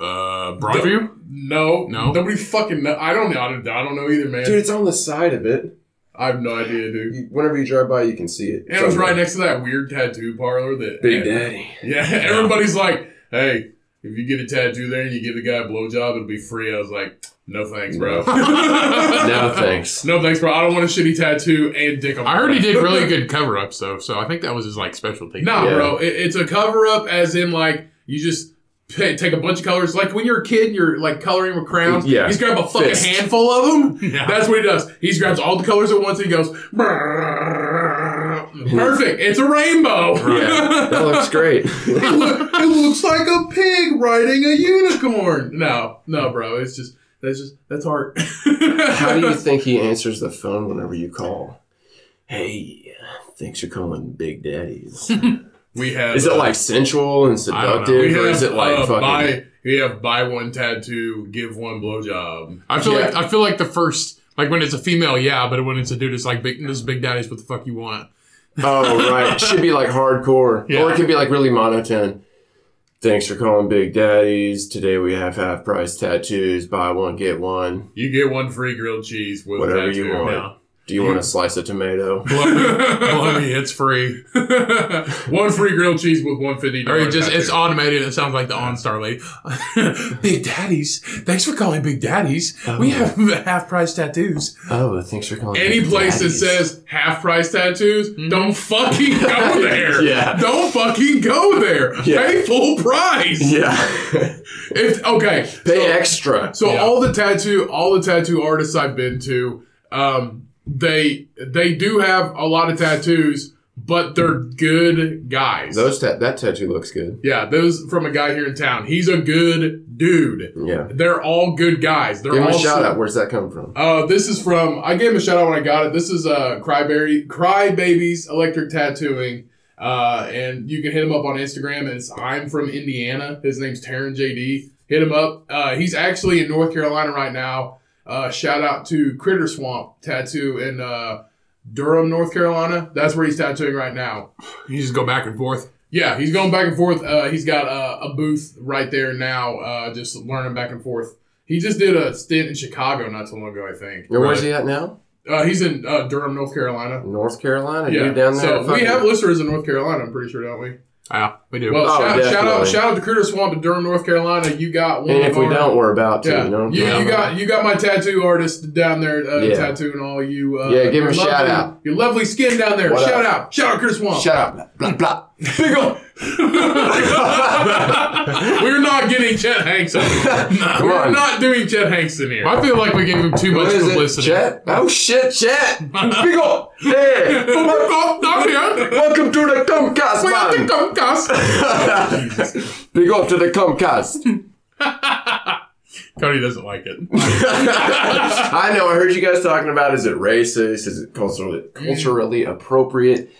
uh, Broadview.
No,
No.
nobody fucking. Know. I don't know. I don't, I don't know either, man.
Dude, it's on the side of it.
I have no idea, dude.
You- Whenever you drive by, you can see it.
And it was
Somewhere.
right next to that weird tattoo parlor that.
Big Daddy.
Yeah, everybody's like, hey. If you get a tattoo there and you give the guy a blowjob, it'll be free. I was like, no thanks, bro.
No thanks.
no thanks, bro. I don't want a shitty tattoo and dick. on
I heard
my
he did
back."
really good cover ups though, so I think that was his like specialty.
No,
Yeah.
bro, it, it's a cover up, as in like you just pay, take a bunch of colors. Like when you're a kid, and you're like coloring with crowns.
Yeah.
he's grab a fucking
Fist.
handful of them.
Yeah.
That's what he does. He grabs all the colors at once. and He goes, "Brrrr." perfect. It's a rainbow.
Yeah, that looks great.
it, loo- it looks like a pig riding a unicorn. No, no, bro, it's just that's just that's art.
How do you think he answers the phone whenever you call? Hey, thanks for calling Big Daddy's.
We have
Is it like sensual and seductive, or is it like
uh,
fucking?
buy we have buy one tattoo, give one blowjob.
I feel
Yeah.
like I feel like the first like when it's a female, yeah, but when it's a dude, it's like big, this is big daddy's what the fuck you want.
oh right, it should be like hardcore,
Yeah.
or it can be like really monotone. Thanks for calling Big Daddies. Today we have half price tattoos. Buy one get one.
You get one free grilled cheese with
Whatever
a tattoo.
you want.
Yeah.
Do you want a slice of tomato?
Blow me, blow me, it's free.
one free grilled cheese with one fifty.
Or it just it's automated. It sounds like the OnStar lady. Big Daddies, thanks for calling Big Daddies. We have half price tattoos.
Oh, thanks for calling.
any
Big
place that
Daddies.
says half price tattoos. Don't fucking go there.
Hmm? Yeah.
Don't fucking go there.
Yeah.
Pay full price.
Yeah,
If okay,
pay extra.
So
Yeah.
all the tattoo, all the tattoo artists I've been to, um, they they do have a lot of tattoos, but they're good guys.
Those ta- that tattoo looks good.
yeah, those from a guy here in town. He's a good dude.
Yeah,
They're all good guys. They're
give him
all
a shout
so-
out. Where's that come from?
Uh, this is from I gave him a shout out when I got it. This is uh Cryberry Crybabies Electric Tattooing. Uh, and you can hit him up on Instagram. It's I'm from Indiana. His name's Taryn JD. Hit him up. Uh, he's actually in North Carolina right now. Uh, shout out to Critter Swamp Tattoo in uh, Durham, North Carolina. That's where he's tattooing right now.
You just go back and forth.
Yeah, he's going back and forth. Uh, he's got uh, a booth right there now, uh, just learning back and forth. He just did a stint in Chicago not too long ago, I think.
And Where's he at now?
Uh, he's in uh, Durham, North Carolina.
North Carolina.
Yeah,
Dude, down there.
so we
fucking-
have listeners in North Carolina. I'm pretty sure, don't we?
Yeah, we do.
Well,
Oh,
shout, shout out,
definitely.
shout out to Critter Swamp in Durham, North Carolina. You got one.
And
of
if we
our-
don't, we're about to.
yeah,
You know what I'm
you,
talking
you
about?
got you got my tattoo artist down there uh,
Yeah.
tattooing all you. Uh,
Yeah, give him a
your lovely-
shout-out.
Your lovely skin down there.
What
shout out, shout out, Critter Swamp.
Shut up. Blah blah.
Big ol- We're not getting Chet Hanks on here.
Come
We're
on.
not doing Chet Hanks in here.
I feel like we gave him too
What
much
is it,
publicity.
Chet? Oh shit, Chet! Big up! Hey!
Oh, not here.
Welcome to the Comcast,
We are the
man!
Comcast.
Big up to the Comcast.
Cody doesn't like it.
I know, I heard you guys talking about is it racist? Is it culturally, culturally appropriate?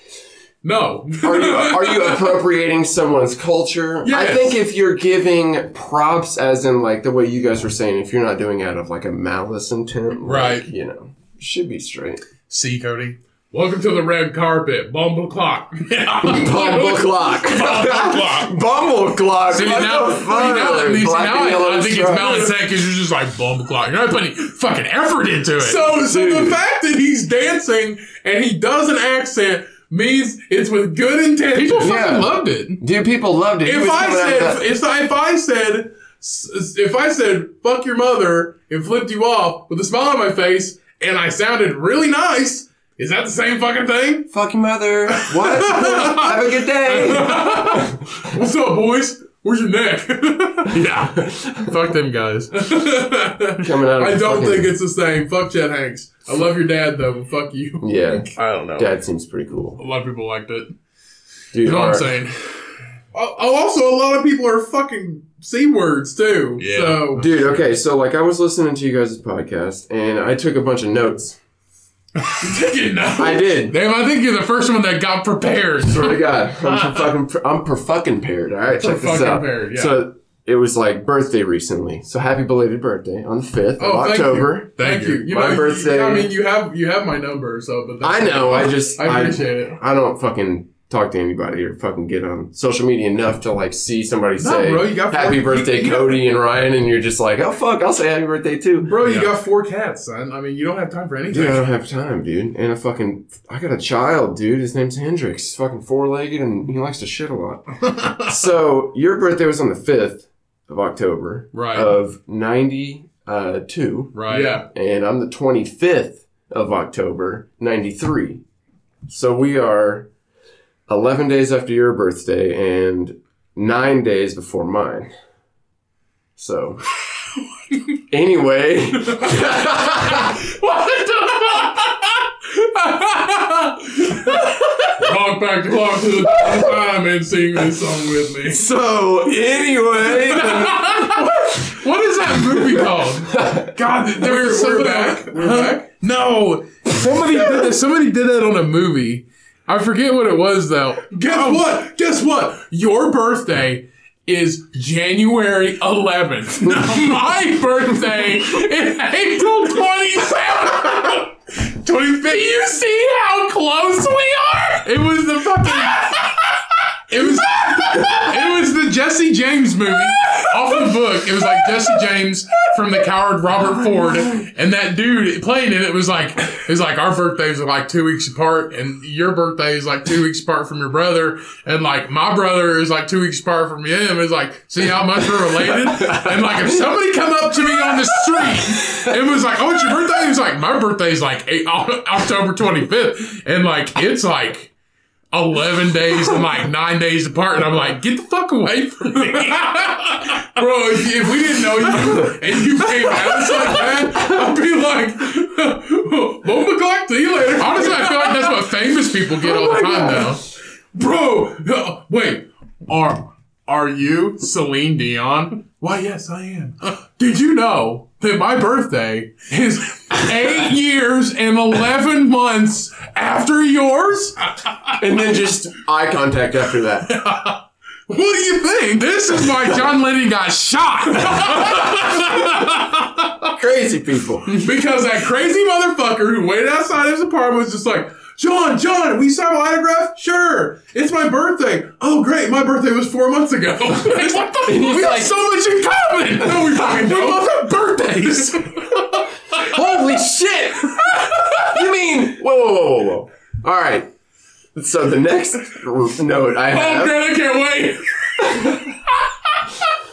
No.
Are you, are you appropriating someone's culture? I
Yes.
think if you're giving props, as in like the way you guys were saying, if you're not doing it out of like a malice intent, like,
Right.
You know, should be straight.
See, Cody.
Welcome to the red carpet, bumble clock.
Bumble clock.
clock.
Bumble clock.
See,
what
now,
the
see,
fuck?
now, at least
Black
now
and yellow
I, I think it's
stripes.
balanced because you're just like bum clock. You're not putting fucking effort into it.
So, so
Dude.
the fact that he's dancing and he does an accent means it's with good intention.
people fucking
Yeah.
loved it.
Dude, people loved it. He
if
was
I
coming out of
said
that-
if I, if I said if I said fuck your mother and flipped you off with a smile on my face and I sounded really nice, is that the same fucking thing?
"Fuck your mother," what? Have a good day.
What's up, boys? Where's your neck?
Yeah. Fuck them guys.
Coming out. Of
I
the
don't
fucking-
think it's the same. Fuck Chet Hanks. I love your dad though. but Fuck you.
Yeah,
I don't know.
dad seems pretty
A
cool.
lot of people liked it.
Dude,
You know what
all
I'm
right.
saying?
Oh, oh, also, a lot of people are fucking c words too.
Yeah.
So
Dude, okay, so like I was listening to you guys' podcast and I took a bunch of notes.
taking notes.
I did.
Damn, I think you're the first one that got prepared.
Swear to God, I'm per fucking, I'm per fucking paired. All right, check this
fucking
out.
paired, yeah.
So it was like birthday recently. So happy belated birthday on the fifth of
Oh, thank you.
October.
Thank you. You
My
know,
birthday.
You, I mean, you have you have my number. So, but
I
that's-
know. I just
I appreciate it.
I don't fucking talk to anybody or fucking get on social media enough to like see somebody
No,
say
bro, you got
happy
four-
birthday
you- you-
Cody and Ryan and you're just like, oh fuck, I'll say happy birthday too.
Bro, you
Yeah.
got four cats, son. I mean, you don't have time for anything.
Dude, I don't have time, dude. And a fucking I got a child, dude. His name's Hendrix. He's fucking four legged and he likes to shit a lot. so your birthday was on the fifth of October
Right.
of ninety uh, two.
right.
Yeah.
and I'm the 25th of October, 93. So we are 11 days after your birthday and nine days before mine. So, anyway,
What Walk back the clock to the time and sing this song with me.
so anyway,
What is that movie called? God, there we're,
was
we're
something-
back. We're back.
No, somebody did that. Somebody did that on a movie. I forget what it was though. Oh.
Guess what? Guess what?
Your birthday is January 11th. My birthday is April 27th. 25th. You see how close we are? It was the fucking. It was it was the Jesse James movie off the book. It was like Jesse James from the coward Robert Ford, and that dude playing it. It was like it was like our birthdays are like two weeks apart, and your birthday is like two weeks apart from your brother, and like my brother is like two weeks apart from him. It's like see how much we're related, and like if somebody come up to me on the street, it was like oh it's your birthday. It was like my birthday's like eight, October twenty fifth, and like it's like. 11 days and like nine days apart. And I'm like, get the fuck away from me.
Bro, if, if we didn't know you and you came at us like that, I'd be like, "Boom the clock, see you later."
Honestly, I feel like that's what famous people get all the time now.
Bro, uh, wait,
Are are you Celine Dion?
why? Yes, I am.
Did you know that my birthday is eight years and eleven months after yours?
And then just eye contact after that.
What do you think?
This is why John Lennon got shot.
Crazy people.
Because that crazy motherfucker who waited outside his apartment was just like, John, John, we sign my autograph? Sure. It's my birthday. Oh, great. My birthday was four months ago. it's like, what the
And he's
We
like-
have so much in common. No, we fucking
We
don't. Oh,
both have birthdays.
Holy shit! You mean? Whoa, whoa, whoa, whoa, whoa. All right. So the next note I
Oh,
have.
great. I can't wait.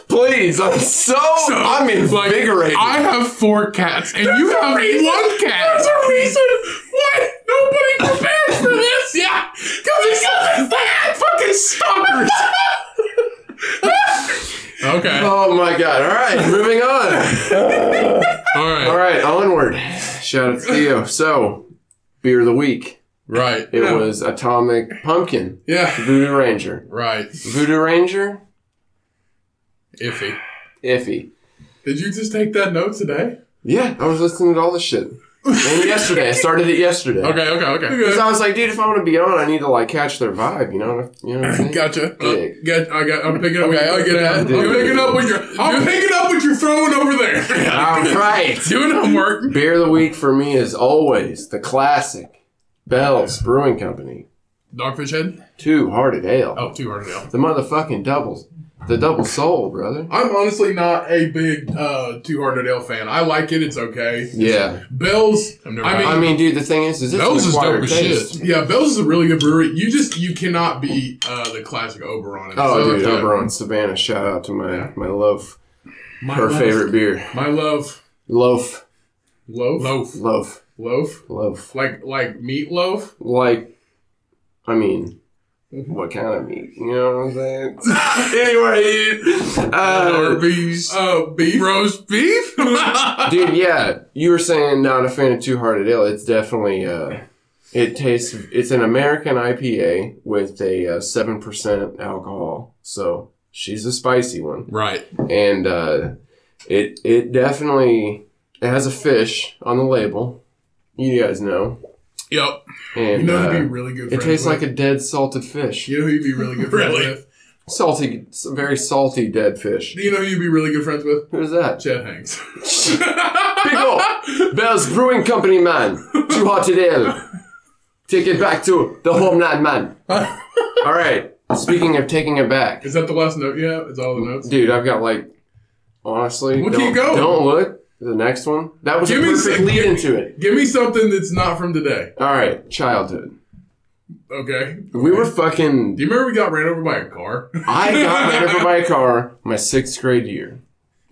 Please, I'm so, I'm
Like,
invigorated.
I have four cats and you have one cat.
There's a reason why nobody prepares for this. Yeah. Because it's because they had fucking stalkers.
Okay.
oh my god! All right, moving on.
All right.
All right, onward. Shout out to Theo. So, beer of the week.
Right.
It was Atomic Pumpkin
Yeah.
Voodoo Ranger.
Right.
Voodoo Ranger,
Iffy.
iffy.
Did you just take that note today?
Yeah, I was listening to all this shit. And yesterday, I started it yesterday.
Okay. Okay. Okay.
Because I was like, dude, if I want to be on, I need to like catch their vibe. You know what I, you know what I'm saying?
Gotcha.
Uh,
Dick.
Get, I got, I'm picking up. Okay, I get
I'm
it. I'm picking up what you're. I'm picking up what you're throwing over there.
All right.
Doing homework.
Beer of the week for me is always the classic Bell's Brewing Company
Dogfish head.
Two Hearted Ale.
Oh, too hard to know.
The motherfucking doubles, the double soul, brother.
I'm honestly not a big uh, Two Hearted Ale fan. I like it. It's okay.
Yeah.
Bell's. I mean,
never had
I mean, dude, the thing is, is it's
Bell's
an
is
acquired
dope as
taste.
shit.
yeah, Bell's is a really good brewery. You just you cannot beat uh, the classic Oberon. It's
Oh,
so
dude,
good.
over on Savannah, shout out to my my loaf, her favorite beer,
My love,
loaf,
loaf,
Loaf.
loaf,
loaf,
loaf.
like like meat loaf.
Like, I mean,
Mm-hmm.
what kind of meat? You know what I'm saying? anyway, dude. Uh,
Arby's.
Uh, beef.
roast beef.
dude, yeah, you were saying not a fan of Two Hearted Ale. It's definitely uh, it tastes. It's an American IPA with a uh, seven percent alcohol, so she's a spicy one.
right.
and uh, it it definitely it has a fish on the label. You guys know,
Yep.
and
You know, who'd be
uh,
really good.
it
friends
tastes
with?
like a dead salted fish,
You know who you'd be really good friends
Really?
with.
salty, s- very salty dead fish.
Do you know who you'd be really good friends with?
Who's that?
Chad Hanks.
People, Bell's Brewing Company, man, too hot to deal. Take it back to the homeland, man. All right. Speaking of taking it back,
Is that the last note you have? Is all the notes?
dude, I've got like honestly,
Well,
don't,
keep going.
don't look. The next one that was
Give
a
me a
perfect
sec-
lead
give me-
into it.
Give me something that's not from today.
All right, childhood.
Okay.
We were
Do
fucking.
you remember we got ran over by a car?
I got ran over by a car my sixth grade year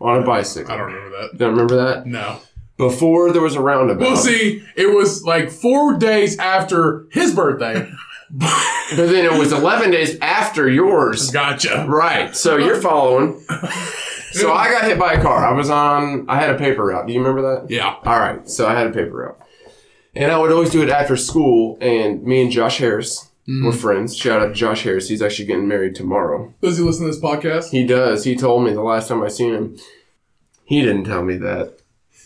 on a bicycle.
I don't remember that.
Don't remember that?
No.
Before there was a roundabout.
Well, see, it was like four days after his birthday.
But then it was 11 days after yours.
Gotcha.
Right. So you're following. So I got hit by a car. I was on. I had a paper route. Do you remember that?
Yeah.
All right, so I had a paper route, and I would always do it after school. And me and Josh Harris
Mm.
were friends. Shout out to Josh Harris. He's actually getting married tomorrow.
Does he listen to this podcast?
He does. He told me the last time I seen him. He didn't tell me that.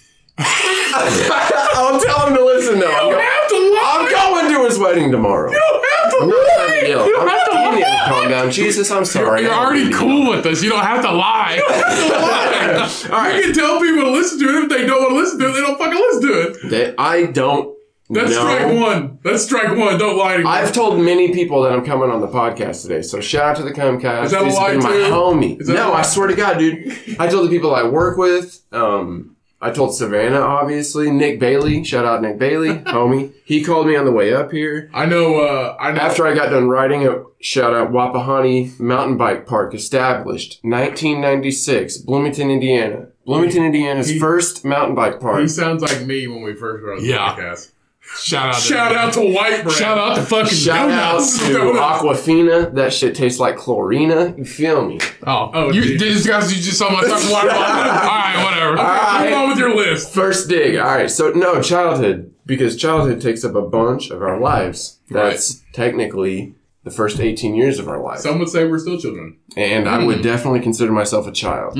I'll tell him to listen though. I'm, go-
have to lie.
I'm going to his wedding tomorrow.
You have to
Nothing else. I'm eating a condom. Jesus, I'm sorry.
You're
I don't
already
Oh,
need
cool with us. You don't have to lie.
it. All right.
You can tell people to listen to it if they don't want to listen to it. They don't fucking listen to it.
They- I don't.
That's
know.
strike one. That's strike one. Don't lie to me.
I've told many people that I'm coming on the podcast today, so shout out to the Comcast.
Is that a
These have
lie,
been my
too?
homie.
Is that a
No,
lie?
I swear to God, dude. I told the people I work with. Um, I told Savannah, obviously. Nick Bailey, shout out Nick Bailey, homie. He called me on the way up here.
I know. Uh, I know.
After I got done riding, a shout out Wapahani Mountain Bike Park, established 1996, Bloomington, Indiana. Bloomington, Indiana's
He-
first mountain bike park.
he sounds like me when we first were on the
Yeah.
podcast.
Shout out. to-
Shout out to White Brad.
Shout out to fucking
Shout out
donuts.
to Aquafina. That shit tastes like chlorina. You feel me?
Oh,
Oh,
you,
geez.
these guys, you just saw my talk water. All right, whatever.
Come
Alright.
on with your list.
First dig. All right. So no childhood because childhood takes up a bunch of our lives. That's technically the first 18 years of our life.
Some would say we're still children.
and I would definitely consider myself a child.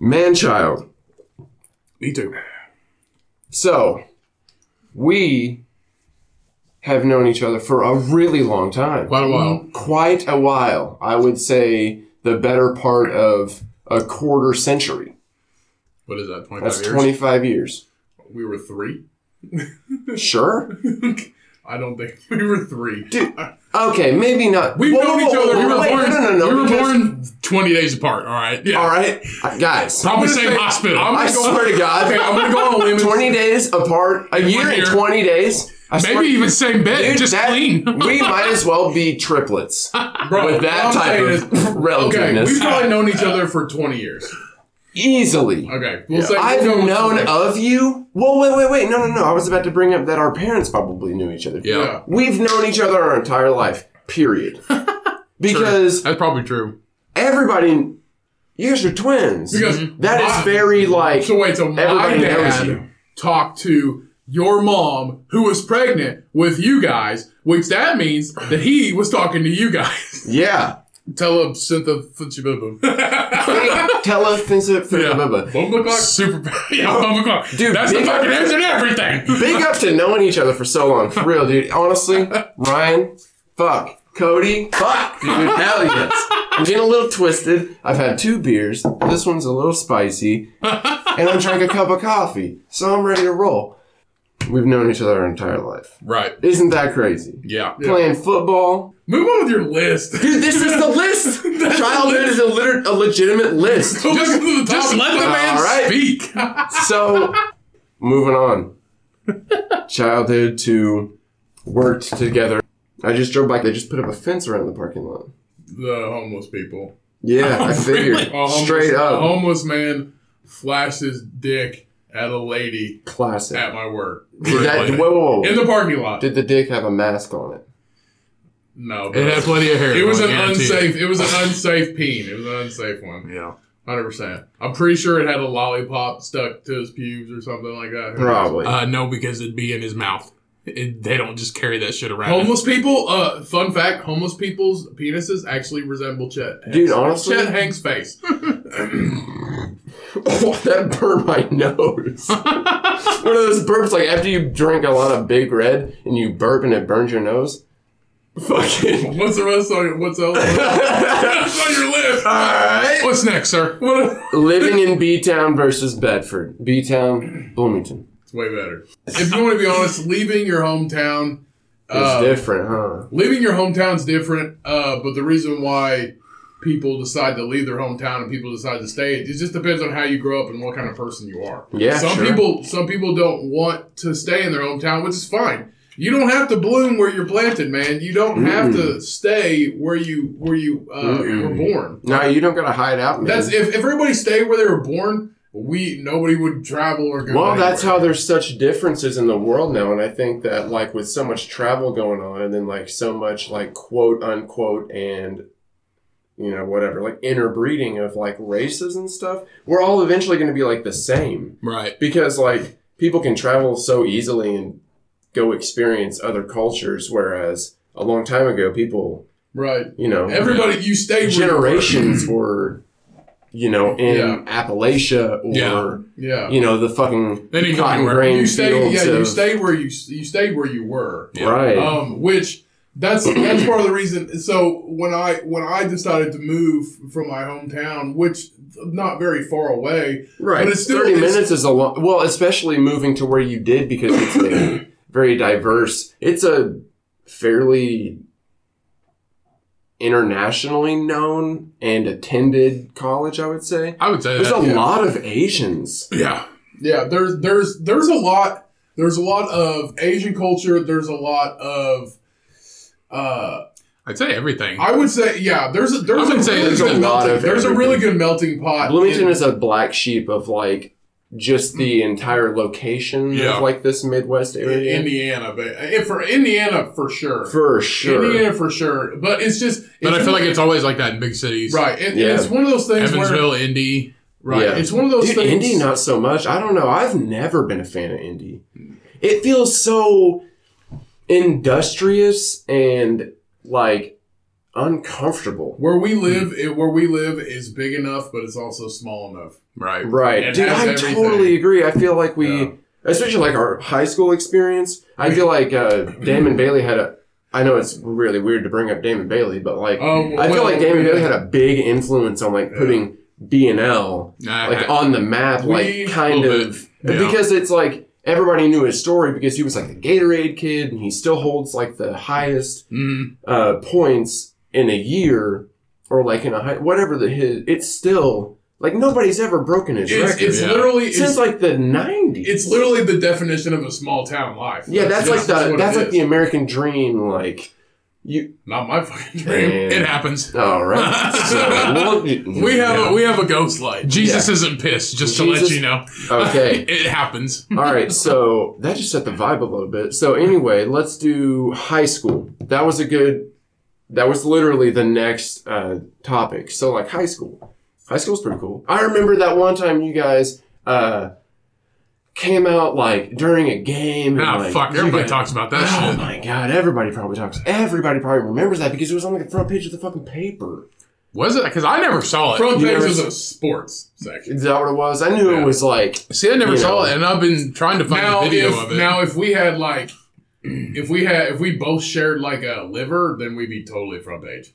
Man child.
Me too.
So we have known each other for a really long time. Mm-hmm.
Quite a while.
Quite a while. I would say the better part of a quarter century.
What is that? Twenty
That's
five years.
25 years.
We were three.
Sure.
I don't think we were three.
Dude. Okay, maybe not.
We've
Whoa,
known
whoa,
each
whoa,
other.
whoa,
We were
wait,
born-
No, no, no.
we were
because-
born 20 days apart. All right. Yeah.
All right, Uh, guys.
I'm
Probably
gonna
same
say-
hospital.
I'm
I
gonna go-
swear to God.
Okay, I'm gonna go on a limb and-
20 days apart. A year and
year.
20 days. I swear-
Maybe even same bed,
Dude,
just
that-
clean.
we might as well be triplets
Bro,
with that
what I'm
type
saying
of
is- Okay,
relativeness.
we've probably known each other for 20 years.
Easily.
Okay, we'll say
I've
we'll go with
known
20.
of you. Well, wait, wait, wait. No, no, no. I was about to bring up that our parents probably knew each other.
Yeah.
We've known each other our entire life, period. Because
That's probably true.
everybody, you guys are twins.
Because
That is
my-
very like
So wait, so my
Everybody knows you.
dad talked to your mom, who was pregnant with you guys, which that means that he was talking to you guys.
yeah.
Telesynthesibum.
Tell us things that remember.
Bumble clock?
Super. Yeah, bumble clock.
Dude,
That's the
big-
fucking answer to everything.
Big up to knowing each other for so long, for real, dude. Honestly, Ryan, fuck. Cody, fuck, dude. Hell yes. I'm getting a little twisted. I've had two beers. This one's a little spicy, and I drank a cup of coffee, so I'm ready to roll. We've known each other our entire life.
Right.
Isn't that crazy?
Yeah.
Playing football,
Move on with your list.
Dude, this is the list. Childhood is a, lit- a legitimate list.
Go back to the
Just
topic.
let the man
All right.
speak.
So, moving on. Childhood to worked together. I just drove by. They just put up a fence around the parking lot.
the homeless people.
Yeah, I figured.
A homeless-
Straight
A
up.
homeless man flashed his dick at a lady
Classic.
at my work.
Did that,
Really?
whoa, whoa, whoa.
In the parking lot.
Did the dick have a mask on it?
No, but
It had plenty of hair.
It was
I
an
guarantee it.
unsafe. It was an unsafe peen. It was an unsafe one.
Yeah.
Hundred percent. I'm pretty sure it had a lollipop stuck to his pubes or something like that. Who knows?
Probably.
Uh, no, because it'd be in his mouth. It, they don't just carry that shit around.
Homeless people. Uh, fun fact: homeless people's penises actually resemble Chet. Hanks.
Dude, honestly-
Chet Hanks' face.
Oh, that burned my nose. One of those burps, like after you drink a lot of Big Red and you burp and it burns your nose. Fucking.
What's the rest on your? What's else? What's on your list?
Alright.
What's next, sir?
What? a-
Living in B Town versus Bedford. B Town, Bloomington.
It's way better. If you want to be honest, leaving your hometown.
It's
Uh,
different, huh?
leaving your hometown's different, uh, but the reason why people decide to leave their hometown and people decide to stay, it just depends on how you grow up and what kind of person you are.
Yeah,
some
sure.
people some people don't want to stay in their hometown, which is fine. You don't have to bloom where you're planted, man. You don't have to stay where you where you uh, were born.
No, you don't gotta hide out, man.
That's if, if everybody stayed where they were born, we nobody would travel or go.
well, that's
anywhere.
how there's such differences in the world now, and I think that like with so much travel going on, and then like so much like quote unquote and you know whatever like interbreeding of like races and stuff, we're all eventually going to be like the same
Right.
because like people can travel so easily and go experience other cultures, whereas a long time ago people
right.
you know
Everybody, you stayed where you were.
generations were, you know, in
Yeah.
Appalachia or
Yeah.
Yeah.
you know the fucking
They didn't go
cotton
anywhere.
grain
you stayed,
fields
yeah, you
of-
stayed where you you stayed where you were,
right.
um, which that's that's part of the reason. So when I when I decided to move from my hometown, which not very far away,
Right.
But it's still-
30
it's-
minutes is a long, well, especially moving to where you did because it's a very diverse. It's a fairly internationally known and attended college, I would say.
I would say
There's
that.
a
yeah.
lot of Asians.
Yeah.
yeah, there's there's there's a lot there's a lot of Asian culture. There's a lot of uh,
I'd say everything.
I would say yeah. There's a
I
there's a,
wouldn't say
really
there's a
good
lot
melting-
of
there's a
everything.
really good melting pot.
Bloomington
in-
is a black sheep of like just the entire location
Yeah.
of like this Midwest area.
Indiana, but if for Indiana for sure,
For sure.
Indiana for sure. But it's just
but I feel like
one-
it's always like that in big cities.
right. It,
Yeah.
It's one of those things where
Evansville, Indy.
right.
Yeah.
It's one of those
Dude,
things.
Indy, not so much. I don't know. I've never been a fan of Indy. It feels so industrious and like uncomfortable.
where we live, it, where we live is big enough, but it's also small enough. Um,
Right.
Right.
It
Dude,
has
I
everything.
totally agree. I feel like we,
Yeah.
especially like our high school experience, I feel like uh, Damon Bailey had a. I know it's really weird to bring up Damon Bailey, but like
Oh,
I feel
well,
like Damon
yeah.
Bailey had a big influence on like
Yeah.
putting B and L
Nah,
like
I-
on the map,
Uh-huh. We-
like kind
little
of
bit, yeah.
because it's like everybody knew his story because he was like the Gatorade kid and he still holds like the highest
mm,
uh, points in a year or like in a high, whatever the his it's still like nobody's ever broken his
It's,
record
it's
Yeah.
literally
since
it's,
like the nineties.
it's literally the definition of a small town life.
yeah, that's like
just-
the
what
that's
it
like
is.
the American dream. Like you,
not my fucking dream.
it
and,
happens.
all right. So, we'll-
We have
Yeah.
a, we have a ghost light.
Jesus isn't pissed, just to let
Jesus-
you know.
okay.
it happens.
All right, so that just set the vibe a little bit. So anyway, let's do high school. That was a good. That was literally the next uh, topic. So like high school. High school's pretty cool. I remember that one time you guys uh, came out like during a game. and,
Ah,
like,
fuck.
you
Everybody
guys-
talks about that
Oh
shit.
my god! Everybody probably talks. Everybody probably remembers that because it was on like the front page of the fucking paper.
Was it? Because I never saw it.
Front
You
page
never
is
s-
a sports section.
Is that what it was? I knew
Yeah.
it was like
See, I never
You
saw
know.
it, and I've been trying to find
Now
a video
if
of it.
now if we had like if we had if we both shared like a liver, then we'd be totally front page.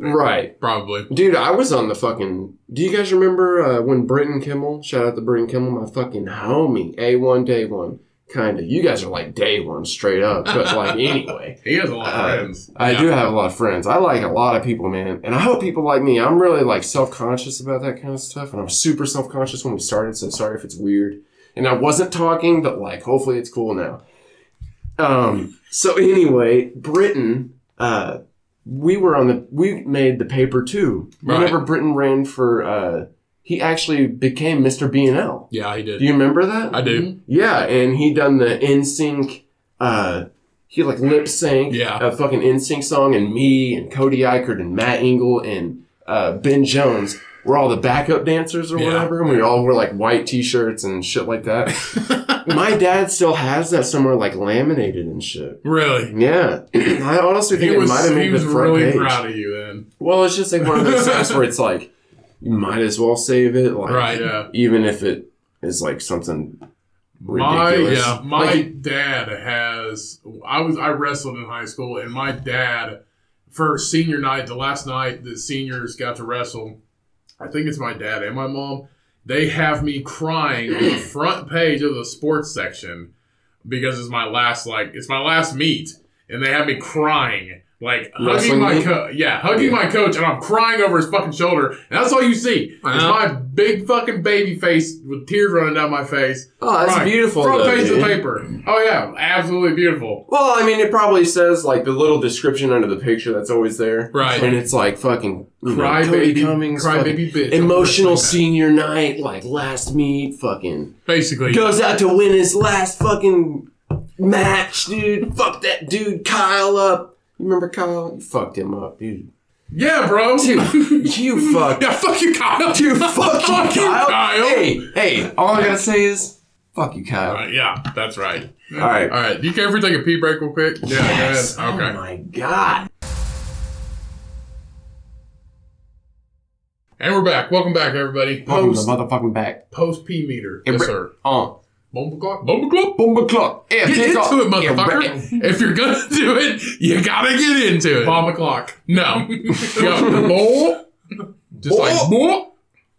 right.
probably.
Dude, I was on the fucking. Do you guys remember uh, when Britton Kimmel? Shout out to Britton Kimmel, my fucking homie. A one, day one, kind of. You guys are like day one, straight up. But like anyway,
He has a lot
Uh,
of friends.
I
Yeah.
do have a lot of friends. I like a lot of people, man, and I hope people like me. I'm really like self conscious about that kind of stuff, and I'm super self conscious when we started. So sorry if it's weird. And I wasn't talking, but like hopefully it's cool now. Um. So anyway, Britton. Uh, we were on the we made the paper too.
Right.
Remember Britain ran for uh he actually became Mr. B and L.
Yeah, he
Do
did.
you remember that?
I do.
Mm-hmm.
yeah, and he done the NSYNC uh he like lip sync
Yeah.
a fucking NSYNC song and me and Cody Eichert and Matt Engel and uh Ben Jones were all the backup dancers or
Yeah.
whatever and we all wore like white t-shirts and shit like that. My dad still has that somewhere like laminated and shit.
Really?
Yeah. I honestly
He
think it
was,
might have
he
made the
was
front
really
page.
proud of you then.
Well, it's just like one of those things where it's like you might as well save it, like
Right.
Yeah.
even if it is like something
My
ridiculous.
yeah.
my
Like-
dad has I was I wrestled in high school and my dad for senior night, the last night the seniors got to wrestle, I think it's my dad and my mom, they have me crying on the front page of the sports section because it's my last like it's my last meet and they have me crying. Like hugging
Wrestling
my
meet?
co- yeah, hugging my coach and I'm crying over his fucking shoulder. And that's all you see. It's
Uh-huh.
my big fucking baby face with tears running down my face.
Oh, that's
Right.
beautiful.
Front
though,
page of
dude.
the paper. Oh yeah, absolutely beautiful.
Well, I mean, it probably says like the little description under the picture that's always there,
Right.
And it's like fucking you know,
Cry
Cody
baby,
Cummings,
cry
fucking
baby bitch.
emotional senior night, like last meet, fucking
Basically.
goes out to win his last fucking match, dude. Fuck that dude, Kyle up. You remember Kyle? You fucked him up, dude.
Yeah, bro.
Dude, you fucked
yeah, fuck you, Kyle.
Dude, fuck you,
Fuck you,
Kyle.
Kyle.
Hey, hey, all I gotta say is, fuck you, Kyle.
Right, yeah, that's right.
All right.
All right, you care if we take a pee break real quick? Yeah,
Yes.
go ahead.
Oh
Okay.
my god.
And we're back. Welcome back, everybody.
Welcome to the
Post
motherfucking back.
post pee meter.
And
Yes,
we're-
sir.
Oh,
Bomba clock.
Boom clock.
Boom clock.
Yeah,
Uh, Get
pick
into
up.
it,
Yeah,
motherfucker.
right. if you're gonna do it, you gotta get into it.
Bomba clock.
No. Yo, boy,
Just like
boy,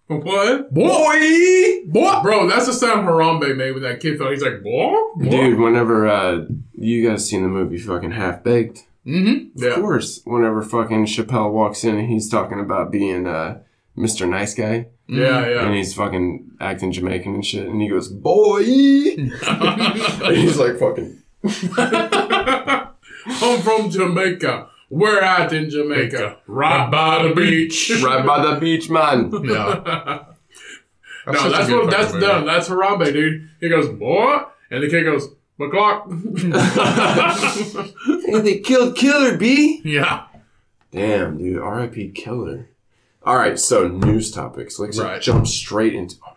what?
boy, boy.
Bro, that's the sound Harambe made when that kid fell. He's like, boy, boy.
Dude, whenever uh, you guys seen the movie fucking Half Baked,
Mm-hmm.
of
Yeah.
course, whenever fucking Chappelle walks in and he's talking about being uh, Mr. Nice Guy
Yeah,
and
Mm.
yeah.
he's fucking acting Jamaican and shit, and he goes, boy! and he's like, fucking.
I'm from Jamaica. We're out in Jamaica. Right by the beach.
Right by the beach, man.
No.
no,
such a
that's
good
what that's
fucking
done.
movie.
That's Harambe, dude. He goes, boy. And the kid goes, McClock.
and they killed Killer B.
yeah.
Damn, dude. R.I.P. Killer. All right, so news topics. Let's just
Right.
jump straight into. Oh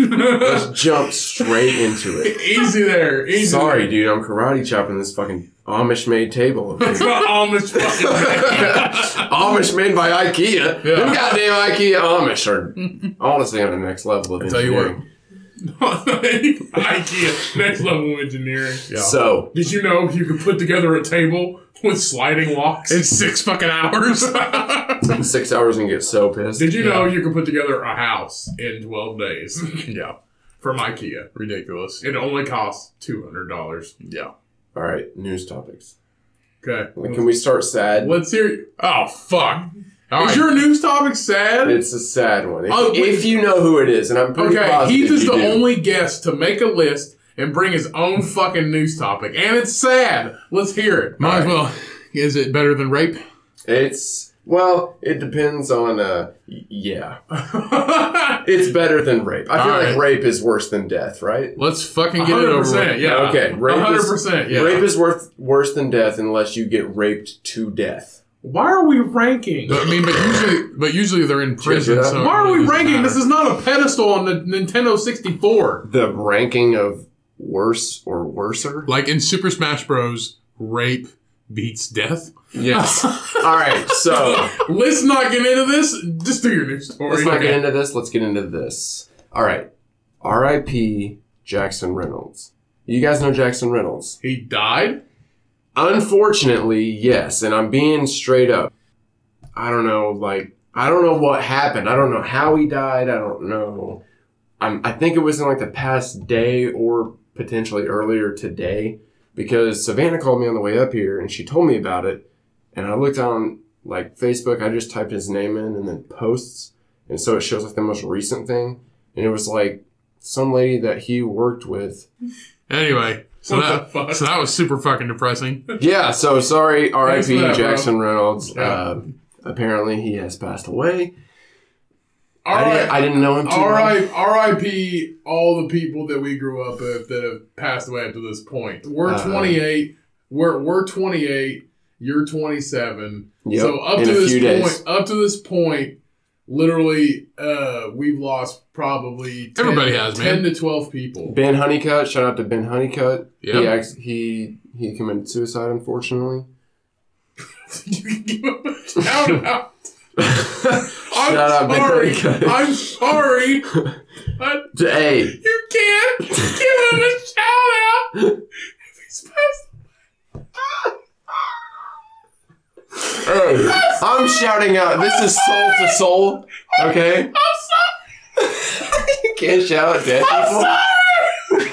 my god. Let's jump straight into it.
Easy there. Easy.
Sorry, dude. I'm karate chopping this fucking Amish made table.
um, It's not on this fucking
Amish made by IKEA. Them goddamn IKEA Amish are honestly on the next level of
tell you what.
engineering.
IKEA. Next level engineering. Yeah.
So
Did you know you could put together a table with sliding locks?
In six fucking hours.
in six hours and get so pissed.
Did you know you could put together a house in 12 days? yeah. From IKEA.
Ridiculous.
It only costs $200.
Yeah.
All right, news topics.
Okay.
Like, Can we start sad?
Let's hear.
Oh fuck. All
Is
right.
your news topic sad?
It's a sad one. If,
Oh, wait.
if you know who it is, and I'm pretty
Okay.
positive
Heath is
you
the
do.
only guest to make a list and bring his own fucking news topic. And it's sad. Let's hear it.
Might as well. Is it better than rape?
It's well, it depends on. Uh, y- yeah, it's better than rape. I feel
All
like
right.
rape is worse than death, right?
Let's fucking get it over. with.
100%, yeah.
Okay, rape is-
100%. Yeah.
Rape is worth worse than death unless you get raped to death.
Why are we ranking?
But, I mean, but usually, but usually they're in prison.
it out.
So it
Why are
really
we
doesn't
ranking?
matter.
This is not a pedestal on the Nintendo 64.
The ranking of worse or worser.
like in Super Smash Bros. Rape beats death.
Yes. All right. So
Let's not get into this. Just do your news story.
let's not get
Okay.
into this. Let's get into this. All right. R.I.P. Jackson Reynolds. You guys know Jackson Reynolds.
He died?
Unfortunately, yes, and I'm being straight up. I don't know, like I don't know what happened. I don't know how he died. I don't know. I'm, I think it was in like the past day or potentially earlier today because Savannah called me on the way up here and she told me about it. And I looked on like Facebook. I just typed his name in and then posts, and so it shows like the most recent thing. And it was like some lady that he worked with
Anyway, so
What the
that
fuck?
so that was super fucking depressing.
Yeah, so sorry,
Thanks for
R.I.P.
that, bro.
Jackson Reynolds.
Yeah.
Uh, apparently, he has passed away.
All
I, didn't,
right.
I didn't know him. Too
All
well.
right, R.I.P. All the people that we grew up with that have passed away up to this point. We're
Uh,
28. We're we're 28. You're 27.
Yep,
So up
in
to
a
this
few
point,
days.
up to this point, literally, uh, we've lost probably 10,
Everybody has,
10
man.
to 12 people.
Ben Honeycutt, shout out to Ben Honeycutt.
Yeah.
He, ex- he he committed suicide, unfortunately.
Shout out. I'm
Shout out, Ben
sorry.
Honeycutt.
I'm sorry. I-
Hey,
you can't give him a shout out. If he's passed-
hey, I'm shouting out. This is soul to soul. Okay. I'm sorry. you can't shout at dead people.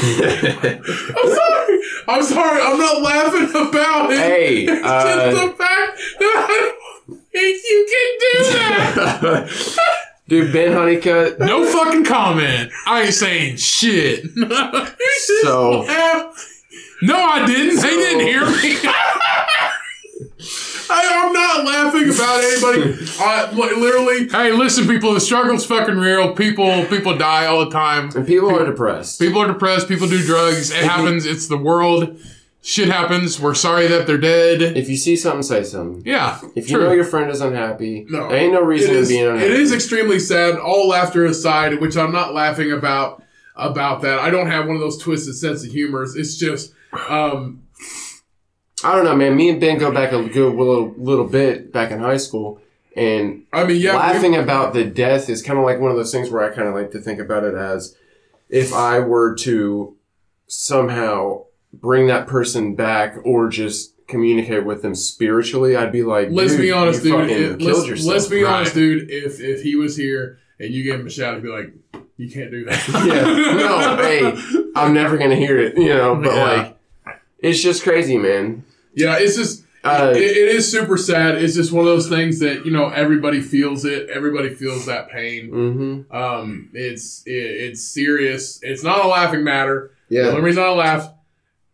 I'm sorry. I'm sorry. I'm not laughing about it.
Hey,
it's
uh,
just the fact that I don't think you can do that.
Dude, Ben Honeycutt.
No fucking comment. I ain't saying shit.
So
No, I didn't. They didn't hear me.
I, I'm not laughing about anybody. I, like, literally,
hey, listen, people. The struggle's fucking real. People, people die all the time.
and people are depressed.
People are depressed. People do drugs. It happens. It's the world. Shit happens. We're sorry that they're dead.
If you see something, say something.
Yeah,
If you know
true.
your friend is unhappy,
No.
there ain't no
it
reason to
is,
be unhappy.
it is extremely sad. All laughter aside, which I'm not laughing about about that. I don't have one of those twisted sense of humors. It's just, um,
I don't know, man. Me and Ben go back a good little, little bit back in high school, And
I mean, yeah,
laughing about the death is kind of like one of those things where I kind of like to think about it as if I were to somehow bring that person back or just communicate with them spiritually, I'd be like,
Let's be honest,
you
dude.
fucking
If-
killed
let's,
yourself.
let's be
Right.
honest, dude. If if he was here and you gave him a shout, he'd be like, "You can't do that."
yeah, no, hey, I'm never gonna hear it, you know. But
Yeah.
like, it's just crazy, man.
yeah. It's just
Uh,
it, it is super sad. It's just one of those things that you know everybody feels it. Everybody feels that pain.
mm-hmm.
Um, it's it, it's serious. It's not a laughing matter. The
Yeah,
only reason I laugh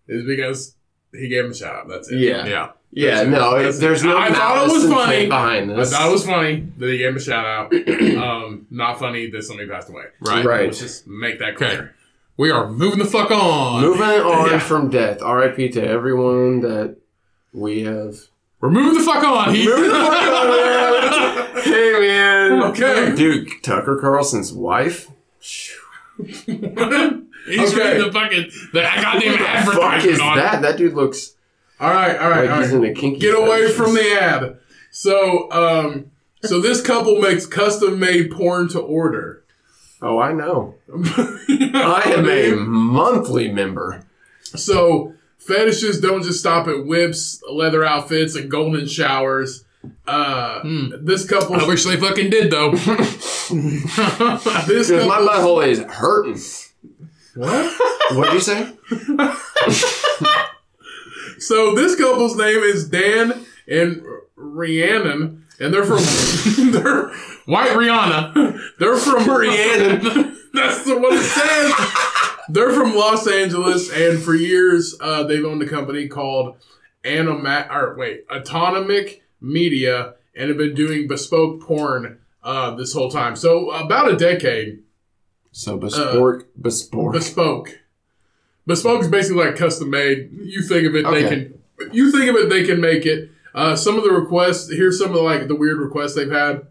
is because he gave him a shout. That's it.
Yeah.
yeah.
yeah,
That's-
no, it,
that's-
there's no.
I thought it
malice
was
intent
funny.
behind
I
this.
thought it was funny that he gave him a shout out. um, not funny that somebody passed away.
Right.
Right.
Let's just make that
Okay.
clear.
We are moving the fuck on.
Moving on
Yeah.
from death. R.I.P. to everyone that we have.
We're moving the fuck on. Heath.
hey man.
Okay.
Dude, Tucker Carlson's wife.
He's
Okay.
reading the fucking the goddamn
Fuck is
advertisement on.
that? That dude looks
All right, all right,
like
all
he's
right.
in a kinky.
Get away
fetish.
from the ad. So, um, so this couple makes custom-made porn to order.
Oh, I know. I am a monthly member.
So fetishes don't just stop at whips, leather outfits, and golden showers. Uh, This couple,
Hmm. I wish they fucking did though.
this
Because my
couple,
butthole is hurting. What? What'd you say?
so this couple's name is Dan and Rhiannon, and they're from they're
White Rihanna.
they're from Rhiannon. That's the, what it says. They're from Los Angeles, and for years uh, they've owned a company called Anima- or wait, Autonomic Media, and have been doing bespoke porn uh, this whole time. So about a decade,
So bespoke, bespoke.
bespoke. Bespoke is basically like custom made. You think of it, they
Okay.
can. You think of it, they can make it. Uh, some of the requests. Here's some of the, like the weird requests they've had.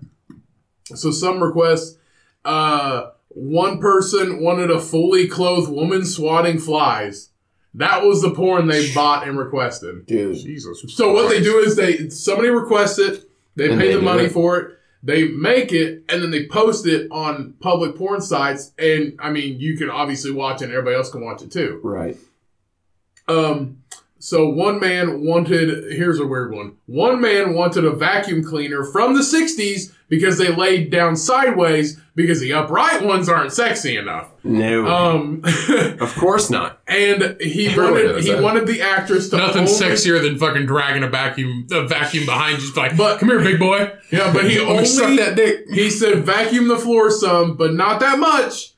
So some requests. Uh, one person wanted a fully clothed woman swatting flies. That was the porn they bought and requested.
Dude,
Jesus.
So what they do is they somebody requests it, they
And
pay
they
the
do
money
it.
for it, they make it, and then they post it on public porn sites. And I mean, you can obviously watch it, and everybody else can watch it too.
right.
Um, so one man wanted here's a weird one. One man wanted a vacuum cleaner from the '60s because they laid down sideways because the upright ones aren't sexy enough.
No,
Um,
of course not.
and he
Everyone
wanted
knows
he
that.
wanted the actress to
Nothing
only-
sexier than fucking dragging a vacuum a vacuum behind you, just like,
But-
come here, big boy.
Yeah, but he
Let me
only
suck that dick.
He said vacuum the floor some, but not that much,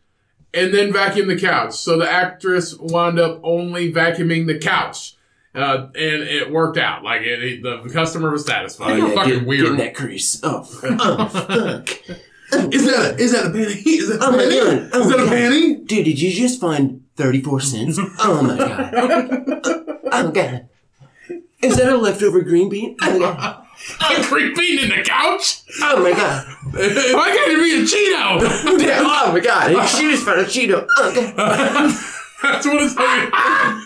and then vacuum the couch. So the actress wound up only vacuuming the couch, uh, and it worked out. Like it, it- the customer was satisfied.
You're fucking
get,
weird.
Getting that crease. Oh, oh fuck.
Is that a, is that a panty? Is that a
Oh my God.
panty?
Oh
Is that
my
a
God.
panty?
Dude, did you just find 34 cents? Oh my god. Oh my god. Is that a leftover green bean? Oh my god.
I'm creeping in the couch.
Oh my god.
I got to be a Cheeto.
Yeah, oh my god. She just found a Cheeto. Oh my god.
That's what it's like.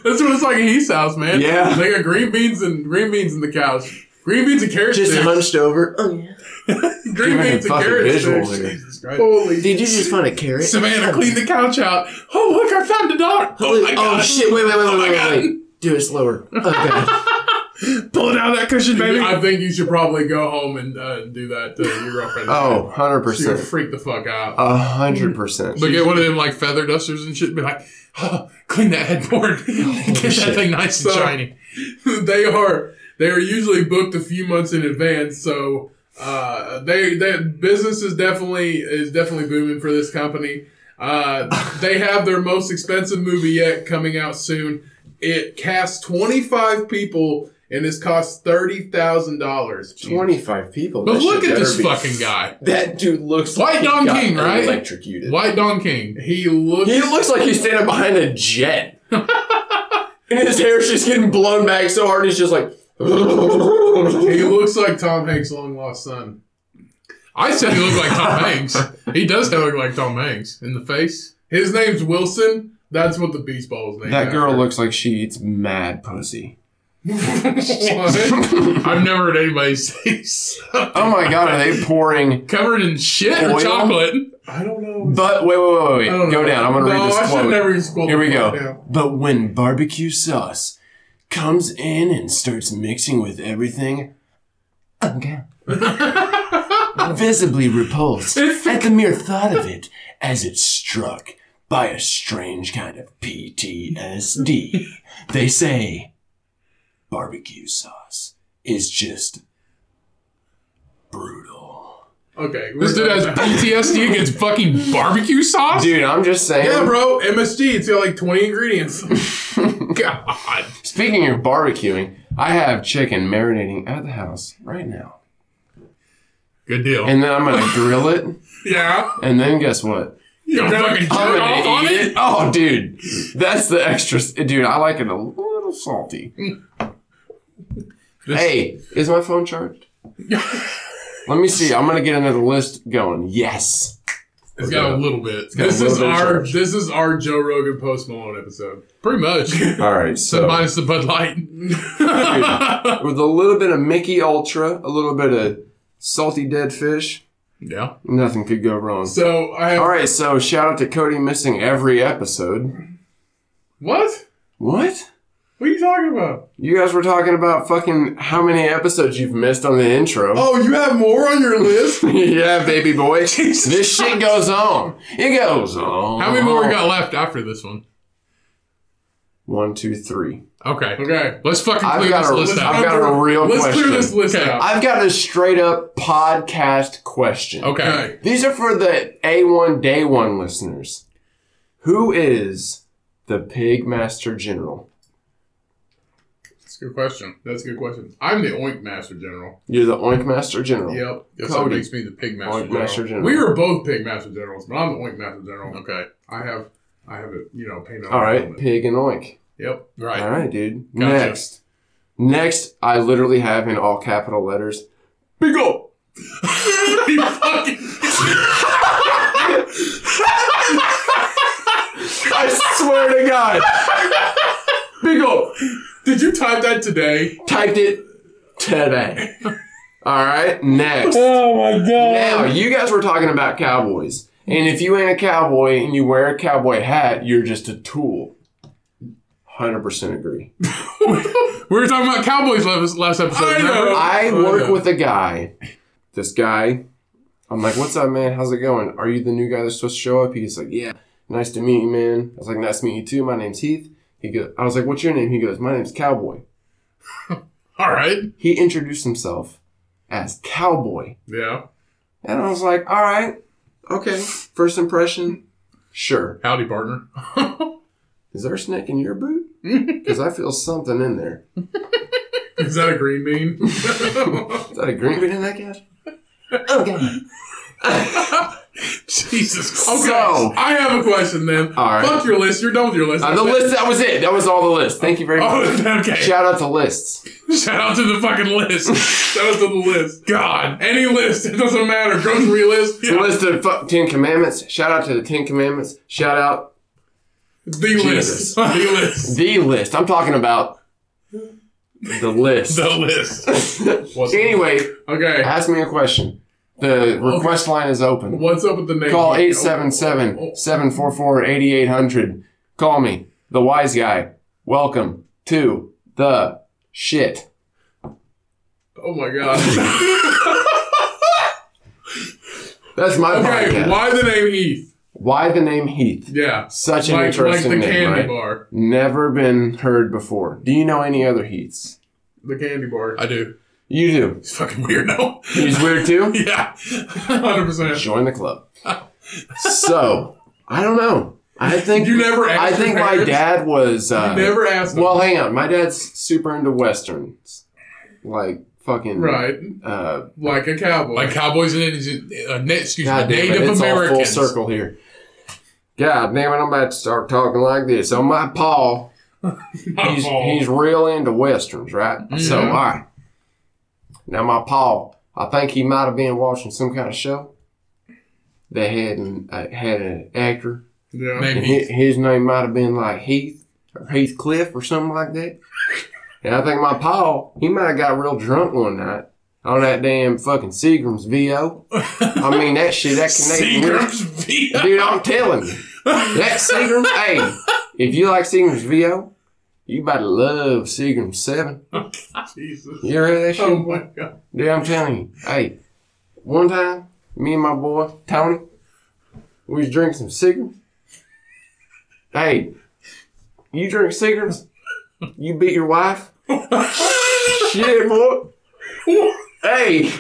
That's what it's like at his house, man.
Yeah.
they got green beans and green beans in the couch. Green beans and carrot
Just
sticks.
hunched over. Oh yeah.
green
Give me
beans
the
and
fucking
carrot
visual
sticks.
here.
Jesus Christ. Holy
Did you just find a carrot?
Savannah cleaned the couch out. Oh look, I found a dollar.
Oh,
Oh my god!
shit. Wait, wait, wait, wait,
God.
wait, wait. Do it slower. Oh god.
Pull down that cushion, baby.
I think you should probably go home and uh, do that to your girlfriend.
Oh,
she would
100%.
freak the fuck out.
100%.
But get one of them like feather dusters and shit. And be like, oh, clean that headboard. Get that
shit.
thing nice and
So-
shiny.
they are they are usually booked a few months in advance, so uh, they that business is definitely is definitely booming for this company. Uh, they have their most expensive movie yet coming out soon. It casts twenty five people and it's cost thirty thousand dollars.
25 people.
But
That
look
shit
at
better
this
be-
fucking guy.
That dude looks
White
he
Don
got
King, right?
Electrocuted.
White Don King.
He looks.
He looks like he's standing behind a jet. and his hair's just getting blown back so hard, he's just like.
He looks like Tom Hanks' long lost son.
I said he looked like Tom Hanks. He does kind of look like Tom Hanks in the face.
His name's Wilson. That's what the beach ball is named. after.
looks like she eats mad pussy.
I've never heard anybody say something
Oh my god, are they pouring?
covered in shit
Oil?
or chocolate.
I don't know.
But wait, wait, wait, wait.
I don't
Go
know.
down. I'm gonna
no,
read
I
this
should
quote.
never use quote.
Here we go.
Yeah.
But when barbecue sauce comes in and starts mixing with everything, I'm gone. Visibly repulsed at the mere thought of it as it's struck by a strange kind of PTSD. They say barbecue sauce is just brutal.
Okay.
This dude has PTSD against fucking barbecue sauce.
Dude, I'm just saying.
Yeah, bro. MSG. It's got like 20 ingredients.
God,
Speaking of barbecuing, I have chicken marinating at the house right now.
good deal.
And then I'm gonna grill it,
yeah.
and then guess what?
you don't fucking jerk
I'm
off on
gonna eat
it.
it. Oh, dude, that's the extra. Dude, I like it a little salty. Hey, is my phone charged? Let me see. I'm gonna get another list going. Yes.
It's got a little bit.
got a
This
little
is
bit of
our
charge.
this is our Joe Rogan Post Malone episode.
Pretty much.
All right. So
Minus the Bud Light.
with a little bit of Mickey Ultra, a little bit of salty dead fish,
yeah.
nothing could go wrong.
So I have
All right. So shout out to Cody missing every episode.
what?
What?
What are you talking about?
You guys were talking about fucking how many episodes you've missed on the intro.
Oh, you have more on your list?
yeah, baby boy. this shit goes on. It goes on.
How many more we got left after this one?
One, two, three.
Okay.
Okay.
Let's fucking
I've
clear
got
this
a-
list out.
I've got a real
Let's
question.
clear this list
Okay.
out.
I've got a straight up podcast question.
Okay.
Okay.
These are for the A1 Day 1 listeners. Who is the Pig Master General?
That's a good question. That's a good question. I'm the Oink Master General.
You're the Oink Master General.
Yep. That's what
Cody.
makes me the Pig Master,
Oink
General.
Master General.
We are both Pig Master Generals, but I'm the Oink Master General. Okay. I have I have it, you know, painted on
All
my
right,
helmet.
Pig and Oink.
Yep.
Right.
All right, dude.
Gotcha.
Next. Next, I literally have in all capital letters, Big O.
You fucking-
I swear to God. Big O.
Did you type that today?
Typed it today. All right, next.
Oh my god.
Now, you guys were talking about cowboys. And if you ain't a cowboy and you wear a cowboy hat, you're just a tool. 100% agree.
We were talking about Cowboys last, last episode.
I
remember?
know.
I
Oh,
work
yeah.
with a guy. This guy, I'm like, what's up, man? How's it going? Are you the new guy that's supposed to show up? He's like, yeah. Nice to meet you, man. I was like, nice to meet you too. My name's Heath. He goes, I was like, what's your name? He goes, my name's Cowboy.
All right.
He introduced himself as Cowboy,
Yeah.
and I was like, all right, okay. First impression, sure.
Howdy, partner.
Is there a snake in your boot? Because I feel something in there.
Is that a green bean?
Is that a green bean in that cat?
Jesus.
Okay.
So-
I have a question then.
All right.
Fuck your list. You're done with your list.
Uh, the list. That was it. That was all the list. Thank you very much.
Oh, okay.
Shout out to lists.
Shout out to the fucking list.
That was on the list.
God.
Any list, it doesn't matter. Grocery list,
The list of fu- Ten Commandments. Shout out to the Ten Commandments. Shout out
the
Jesus.
list, the list,
the list. I'm talking about the list.
The list.
anyway,
Okay,
ask me a question. The request line is open.
what's up with the name?
Call 877-744-8800. Call me, the wise guy. Welcome to the shit.
Oh my god.
That's Oh my
Okay,
podcast. Why-,
why the name Heath?
the name Heath?
Yeah,
Such an
like like
interesting
the
name,
candy
right?
bar,
Never been heard before. Do you know any other Heaths?
the candy bar.
I do.
You do.
It's fucking weird, no?
He's weird too.
yeah.
Hundred percent.
join the club. so I don't know. I think
You never
I
asked.
think
your
my
parents?
dad was. Uh,
never asked. Them.
well, hang on. My dad's super into westerns, like fucking.
right,
Uh,
like a cowboy.
Like Cowboys and Indians. Uh, na- excuse
God
me,
damn it,
Native
it's
Americans.
all full circle here. God damn it! I'm about to start talking like this. So my paw, he's
paw.
he's real into westerns, right? So all
Mm-hmm.
right. Now my paw, I think he might have been watching some kind of show. They had an, uh, had an actor
yeah.
Maybe.
And hi- his name might have been like Heath or Heathcliff or something like that. And I think my pa, he might have got real drunk one night on that damn fucking Seagram's VO. I mean, that shit, that Canadian whiskey.
Seagram's VO.
Dude, I'm telling you. That Seagram, hey, if you like Seagram's VO, you better love Seagram 7.
Oh, Jesus.
You heard that shit?
Oh my god.
Dude, I'm telling you. Hey, one time, me and my boy Tony, we was drinking some cigarettes. Hey, you drink cigarettes? You beat your wife? Shit, boy. Hey, hey,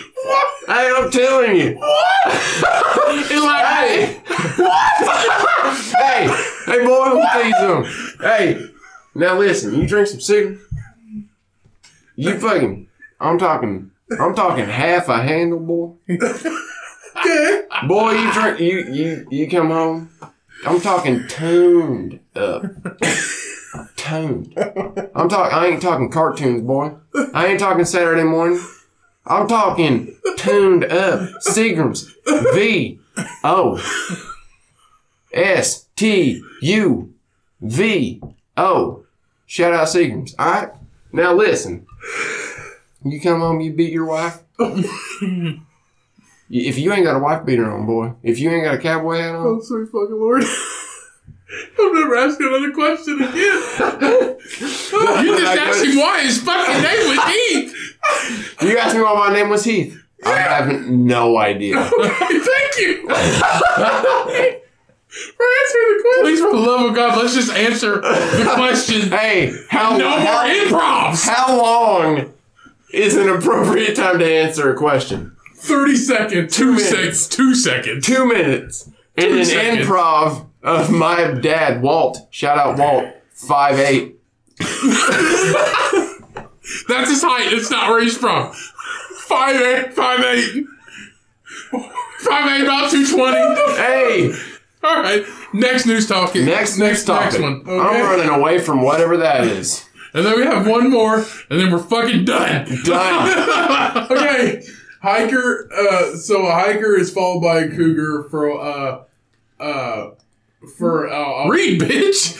I'm telling you.
It's like, hey,
Hey, hey, hey, boy, let me tell you something. Hey, now listen, you drink some cigarettes. You fucking, I'm talking, I'm talking half a handle, boy. Boy, you drink, you you you come home. I'm talking tuned up, tuned. I'm talking, I ain't talking cartoons, boy. I ain't talking Saturday morning. I'm talking tuned up Seagrams V O S T U V O. Shout out Seagrams. All right. Now listen. You come home, you beat your wife. Y- If you ain't got a wife beater on, boy. If you ain't got a cowboy hat on,
Oh, sweet fucking lord. I'm never asking another question again.
you just asked him why his fucking name was Heath.
you asked me why my name was Heath. I have no idea.
Thank you for answering the question.
Please, for the love of God, let's just answer the question.
Hey, how
No more
how,
improvs.
how long is an appropriate time to answer a question?
30 seconds.
Two
Two
minutes.
seconds. Two seconds.
two minutes in an
seconds.
improv of my dad, Walt. Shout out Walt, five eight.
That's his height. It's not where he's from.
Five eight, five eight, five eight, about 220.
Hey,
All right. Next news talking.
next next topic.
Next one. Okay.
I'm running away from whatever that is.
And then we have one more, and then we're fucking done.
Done.
okay. Hiker. Uh, so a hiker is followed by a cougar for uh, uh, for uh, a-
Read, bitch.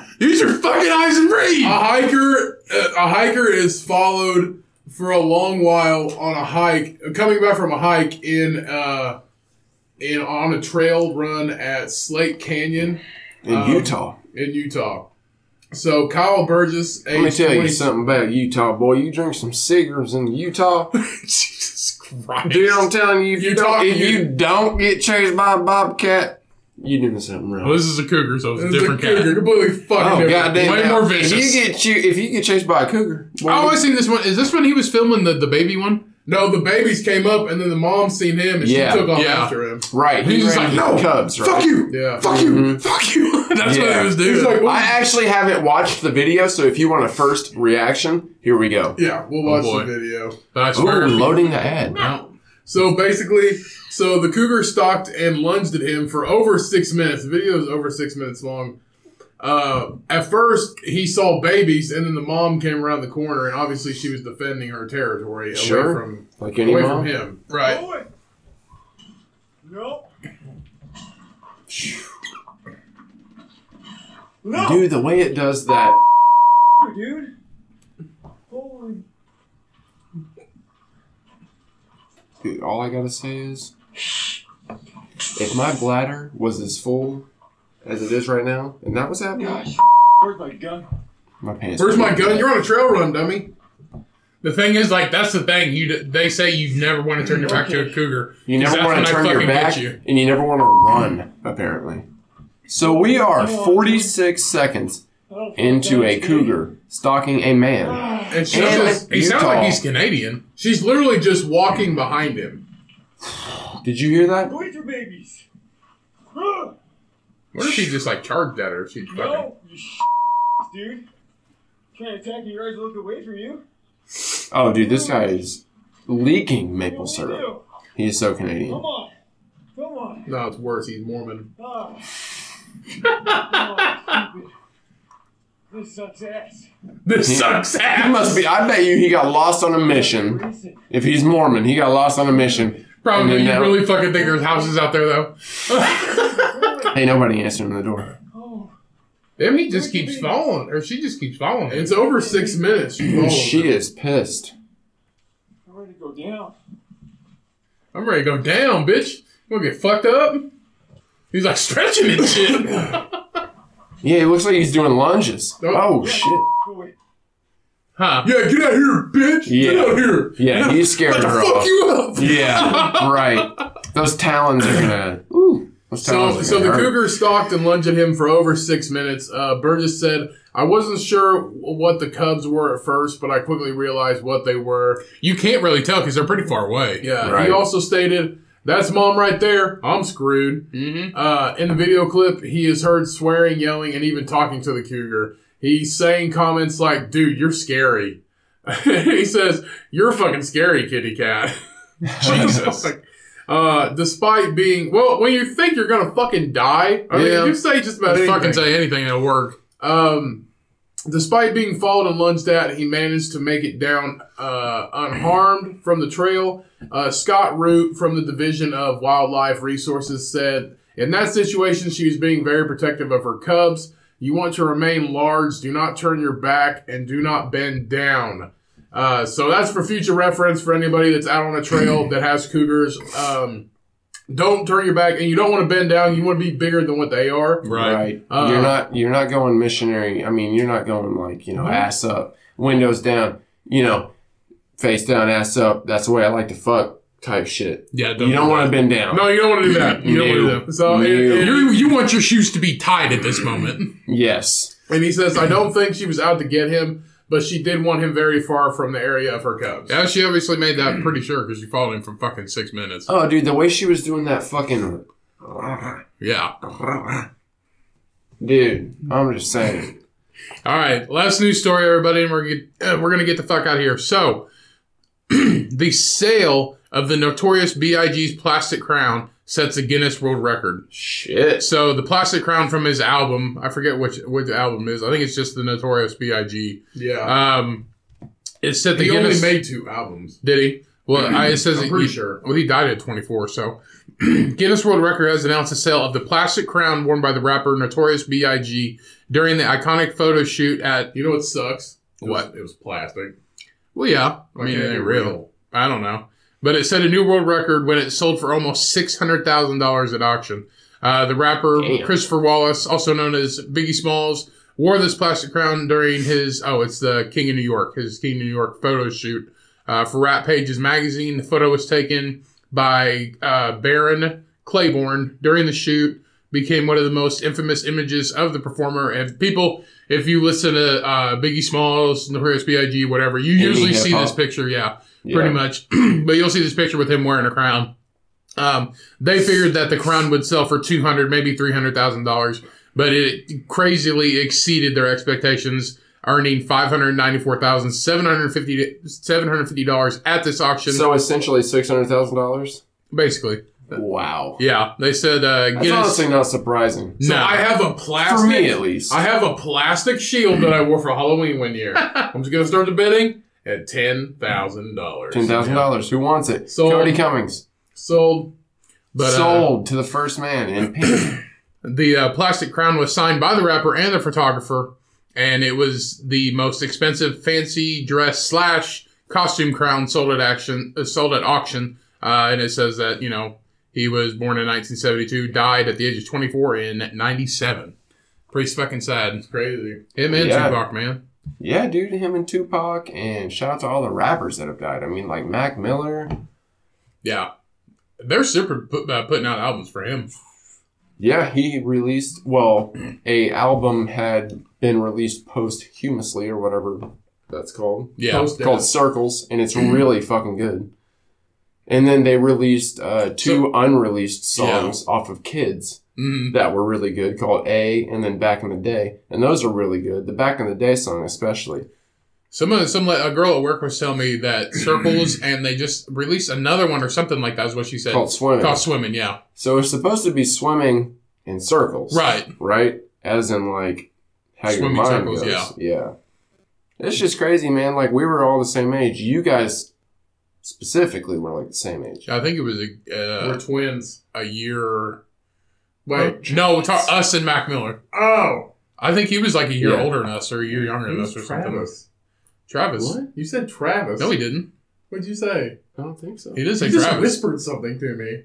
Use your fucking eyes and
a
read.
hiker. uh, A hiker is followed for a long while on a hike, coming back from a hike in uh, in on a trail run at Slate Canyon.
In Utah.
in Utah. So Kyle Burgess,
Let me
age
tell
20
you something about Utah, boy. You drink some cigarettes in Utah,
Jesus Christ.
dude. I'm telling you, if you,
Utah,
don't, if
you-
you don't get chased by a bobcat, you're doing something wrong.
Well, this is a cougar, so it's a
It's
different
a cougar,
cat.
completely fucking
Oh
different.
goddamn!
Way
now,
more
If
vicious.
you get you, if you get chased by a cougar, boy,
I always seen this one. Is this when he was filming the, the baby one?
No, the babies came up, and then the mom seen him, and
Yeah,
she took off
yeah.
after him.
right? he
he's just
ran
like,
into
"No,
the Cubs, right?
Fuck you.
Yeah.
Fuck you. Fuck you. That's what
Mm-hmm. Yeah.
he was
He's
doing.
like, well,
I actually haven't watched the video, so if you want a first reaction, here we go.
yeah, we'll watch
Oh, boy.
the video.
But I
Ooh,
swear. if you-
loading the ad.
No.
So basically, so the cougar stalked and lunged at him for over six minutes. The video is over six minutes long. Uh, at first, he saw babies, and then the mom came around the corner, and obviously she was defending her territory away
Sure.
from
Like any
away from
mom.
him. Right.
No.
Dude, the way it does that.
dude. Holy.
Dude, all I gotta say is, if my bladder was as full as it is right now, and that was happening,
Where's my gun?
my pants.
Where's my gun? You're on a trail run, dummy.
The thing is, like, that's the thing. You d- they say you never want to turn your back to a cougar.
You
'Cause
never
that's
want
when I
to turn your
fucking get
back,
you.
and you never want to run. Apparently. So we
Oh,
are 46 seconds
I don't
into a
think Oh, that's me. Ah.
cougar stalking a man.
And she
And
just,
He sounds
Utah.
like he's Canadian.
she's literally just walking behind him.
Did you hear that?
Go eat your babies. Ah,
What if he just like charged at her? She fucking.
No, you sh- dude. Can't attack you. Your eyes look away from you.
Oh, dude, this guy is leaking
What
maple
do we
syrup.
do?
He is so Canadian.
Come on. Come on.
No, it's worse. He's Mormon.
Ah. Come on, stupid. This sucks ass.
This sucks
He
ass.
must be. I bet you he got lost on a mission.
Racing.
If he's Mormon, he got lost on a mission.
Probably.
And
You
then now-
really fucking think there's houses out there though.
Ain't nobody answering the door.
Oh.
Damn, he just keeps falling, or she just keeps falling.
It's over six minutes. You follow
she
her.
is pissed.
I'm ready to go down.
I'm ready to go down, bitch. You gonna get fucked up? He's like stretching and shit.
Yeah, it looks like he's doing lunges.
Oh.
Oh, shit.
Go away.
huh?
yeah, get out here, bitch. Get
Yeah.
out here.
Yeah, he's scared
About to
her
fuck
off.
you up.
Yeah, right. Those talons are gonna. Ooh, those talons
So,
are
so the
gonna hurt.
cougar stalked and lunged at him for over six minutes. Uh, Burgess said, "I wasn't sure what the cubs were at first, but I quickly realized what they were."
You can't really tell because they're pretty far away.
Yeah.
Right.
He also stated, "That's mom right there. I'm screwed."
Mm-hmm.
Uh, in the video clip, he is heard swearing, yelling, and even talking to the cougar. He's saying comments like, "Dude, you're scary." he says, "You're fucking scary, kitty cat."
Jesus.
Uh, despite being well, when you think you're gonna fucking die, I
Yeah.
mean, you say just about
They
anything.
fucking say anything that'll work.
Um, despite being followed and lunged at, he managed to make it down uh, unharmed from the trail. Uh, Scott Root from the Division of Wildlife Resources said, "In that situation, she was being very protective of her cubs. You want to remain large. Do not turn your back and do not bend down." Uh, so that's for future reference for anybody that's out on a trail that has cougars. Um, don't turn your back, and you don't want to bend down. You want to be bigger than what they are.
Right.
Uh,
you're not. You're not going missionary. I mean, you're not going like you know ass up, windows down. You know, face down, ass up. That's the way I like to fuck type shit.
Yeah.
You don't want to bend down.
No, you don't want to do that. You don't
No.
want to do that. So, and,
No.
and-
You you want your shoes to be tied at this moment.
Yes.
and he says, I don't think she was out to get him, but she did want him very far from the area of her cubs.
yeah, she obviously made that pretty sure because you followed him for fucking six minutes.
Oh, dude, the way she was doing that fucking.
Yeah.
Dude, I'm just saying.
All right, last news story, everybody, and we're gonna get, uh, we're gonna get the fuck out of here. So, the sale of the notorious Big's plastic crown sets a Guinness World Record.
Shit.
So, the plastic crown from his album, I forget which which album it is. I think it's just the Notorious Big.
Yeah.
Um, it set the
he
Guinness.
only made two albums.
Did he? Well, I, it says
I'm
that
pretty
he-
sure.
Well, he died at 24, so Guinness World Record has announced the sale of the plastic crown worn by the rapper Notorious B.I.G. during the iconic photo shoot at
You know what sucks? It was-
What?
It was plastic.
Well, yeah. I mean, it ain't real. I don't know. But it set a new world record when it sold for almost $600,000 at auction. Uh, the rapper
Damn.
Christopher Wallace, also known as Biggie Smalls, wore this plastic crown during his, oh, it's the King of New York, his King of New York photo shoot uh, for Rap Pages magazine. The photo was taken by uh, Baron Claiborne during the shoot, became one of the most infamous images of the performer. And people, if you listen to uh, Biggie Smalls, Notorious B.I.G., whatever, you
Indie
usually see
hip-hop.
this picture, yeah,
Yeah.
pretty much. but you'll see this picture with him wearing a crown. Um, they figured that the crown would sell for two hundred, maybe three hundred thousand dollars, but it crazily exceeded their expectations, earning five hundred ninety-four thousand seven hundred fifty seven hundred fifty dollars at this auction.
So essentially six hundred thousand dollars.
basically,
Wow.
yeah, they said uh,
That's
Guinness.
honestly not surprising.
So
No.
I have a
For
plastic.
me, at least.
I have a plastic shield that I wore for Halloween one year. I'm just going to start the bidding at $10,000.
Ten thousand dollars. Who wants it?
Sold.
Cody Cummings.
Sold.
But, uh,
Sold to the first man in pink.
The uh, plastic crown was signed by the rapper and the photographer, and it was the most expensive fancy dress slash costume crown sold at action uh, sold at auction. Uh, and it says that you know he was born in 1972, died at the age of 24 in 97. Pretty fucking sad.
Crazy.
Him and
Yeah.
Tupac, man.
yeah, dude, him and Tupac, and shout out to all the rappers that have died. I mean, like Mac Miller.
Yeah, they're super put, uh, putting out albums for him.
Yeah, he released well, a album had been released posthumously or whatever that's called.
Yeah,
Post-
It's called Circles, and it's really fucking good. And then they released uh, two unreleased songs off of Kids
Mhm.
that were really good, called A and then Back in the Day, and those are really good. The Back in the Day song, especially.
Some of some a girl at work was telling me that circles, and they just released another one or something like that. Is what she said.
called Swimming.
Called swimming. Yeah.
So it's supposed to be swimming in circles.
Right.
Right? As in like how
Swimming
your mind
circles,
goes. Yeah. yeah. It's just crazy, man. Like we were all the same age. You guys specifically were like the same age.
I think it was a
We're
uh,
twins.
a year.
Wait.
No, it's our- us and Mac Miller.
Oh. I think he was like a year
Yeah.
older than us or a year younger than
Who's
us or something.
Travis?
Travis.
What?
You said Travis.
No, he didn't.
What'd you say?
I don't think so.
He did say
You just
Travis.
whispered something to me.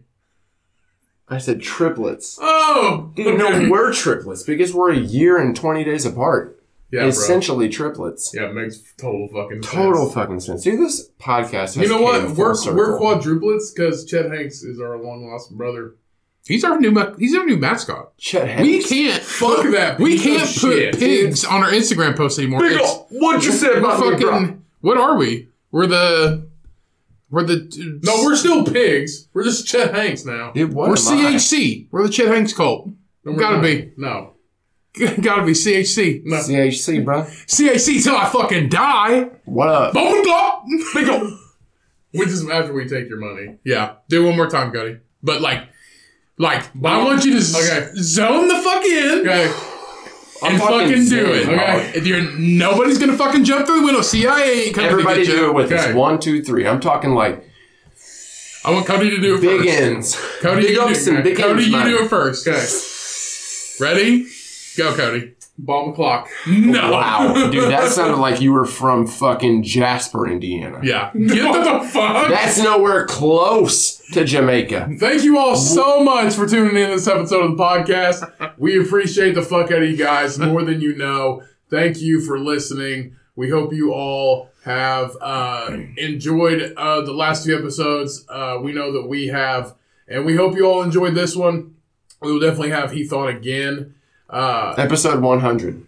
I said triplets.
Oh,
Dude, no, we're triplets because we're a year and 20 days apart.
yeah, bro.
Essentially triplets.
Yeah, it makes total fucking
Total
sense.
fucking sense. Dude, this podcast has
You know
came
what?
full
We're
circle.
we're quadruplets because Chet Hanks is our long lost brother.
He's our new ma- he's our new mascot.
Chet
We
Hanks.
can't
Fuck that.
we
piece of
can't put
shit.
pigs on our Instagram posts anymore.
Big
It's-
ol', What you said
we're
about me, bro?
fucking what are we? We're the we're the
No, we're still pigs. We're just Chet Hanks now.
Dude, what
we're
am I?
CHC. We're the Chet Hanks cult.
No, we're
Gotta
not.
be.
No.
Gotta be CHC.
No.
CHC, bro.
CHC till I fucking die.
What up?
Bone clock. Big ol'.
Which is after we take your money.
Yeah, do it one more time, Cody. But like, like I want you to z-
Okay.
zone the fuck in
Okay.
and fucking, do it.
zen, dog.
Okay, if you're nobody's gonna fucking jump through the window. CIA ain't coming
Everybody
to get you.
do it with
Okay.
us. One, two, three. I'm talking like
I want Cody to do it
big
first.
ends.
Cody,
big
you
ups
do,
and big
Cody,
ends,
you
man.
do it first.
Okay.
Ready? Go, Cody.
Bomb o'clock.
No.
Wow, dude, that sounded like you were from fucking Jasper, Indiana.
Yeah. Get the
What the fuck?
That's nowhere close to Jamaica.
Thank you all so much for tuning in to this episode of the podcast. We appreciate the fuck out of you guys more than you know. Thank you for listening. We hope you all have uh, enjoyed uh, the last few episodes. Uh, we know that we have, and we hope you all enjoyed this one. We will definitely have Heath on again. Uh,
Episode 100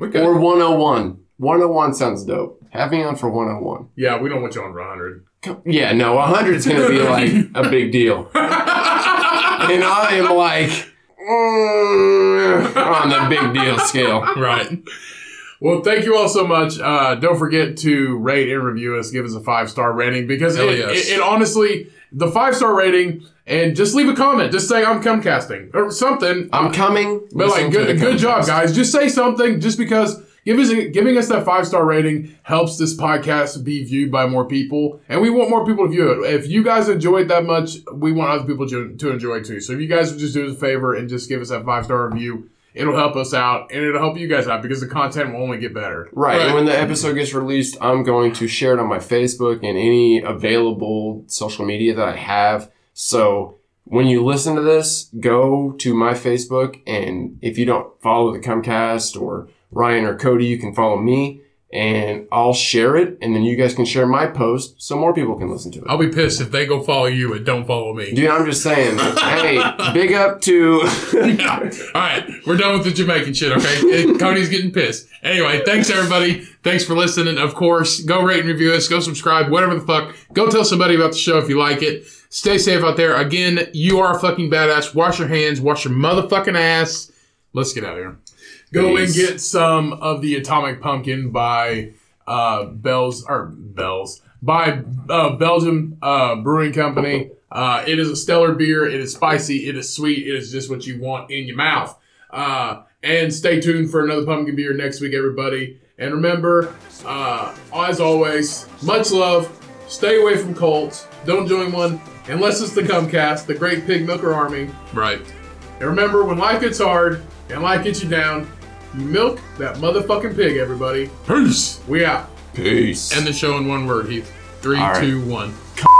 Okay.
or 101. 101 sounds dope. Have me on for 101.
yeah, we don't want you on for 100.
Come- Yeah, no, 100 is going to be like a big deal. And I am like mm, on the big deal scale.
Right.
Well, thank you all so much. Uh, don't forget to rate and review us. Give us a five star rating because
Hell
it,
yes.
it, it honestly the five star rating and just leave a comment. Just say I'm cumcasting or something.
I'm coming.
but like
Listen to the
good, good job,
contest.
guys. Just say something. Just because give us a, giving us that five star rating helps this podcast be viewed by more people, and we want more people to view it. If you guys enjoy it that much, we want other people to, to enjoy it too. So if you guys would just do us a favor and just give us that five star review. It'll help us out, and it'll help you guys out because the content will only get better.
Right.
Right.
And when the episode gets released, I'm going to share it on my Facebook and any available social media that I have. So when you listen to this, go to my Facebook. And if you don't follow the Comcast or Ryan or Cody, you can follow me and I'll share it. And then you guys can share my post so more people can listen to it.
I'll be pissed if they go follow you and don't follow me.
Dude, I'm just saying, hey, big up to.
Yeah. All right, we're done with the Jamaican shit. Okay, Eh, Cody's getting pissed. Anyway, thanks everybody. Thanks for listening. Of course, go rate and review us. Go subscribe. Whatever the fuck. Go tell somebody about the show if you like it. Stay safe out there. Again, you are a fucking badass. Wash your hands. Wash your motherfucking ass. Let's get out of here.
Go
Peace.
and get some of the Atomic Pumpkin by uh, Bells or Bells by uh, Belgium uh, Brewing Company. Uh, it is a stellar beer. It is spicy. It is sweet. It is just what you want in your mouth. Uh, and stay tuned for another pumpkin beer next week, everybody. And remember, uh, as always, much love. Stay away from cults. Don't join one unless it's the Cumcast, the Great Pig Milker Army.
Right.
And remember, when life gets hard and life gets you down, you milk that motherfucking pig, everybody.
Peace.
We out.
Peace.
End the show in one word, Heath. Three, two, one.
All right.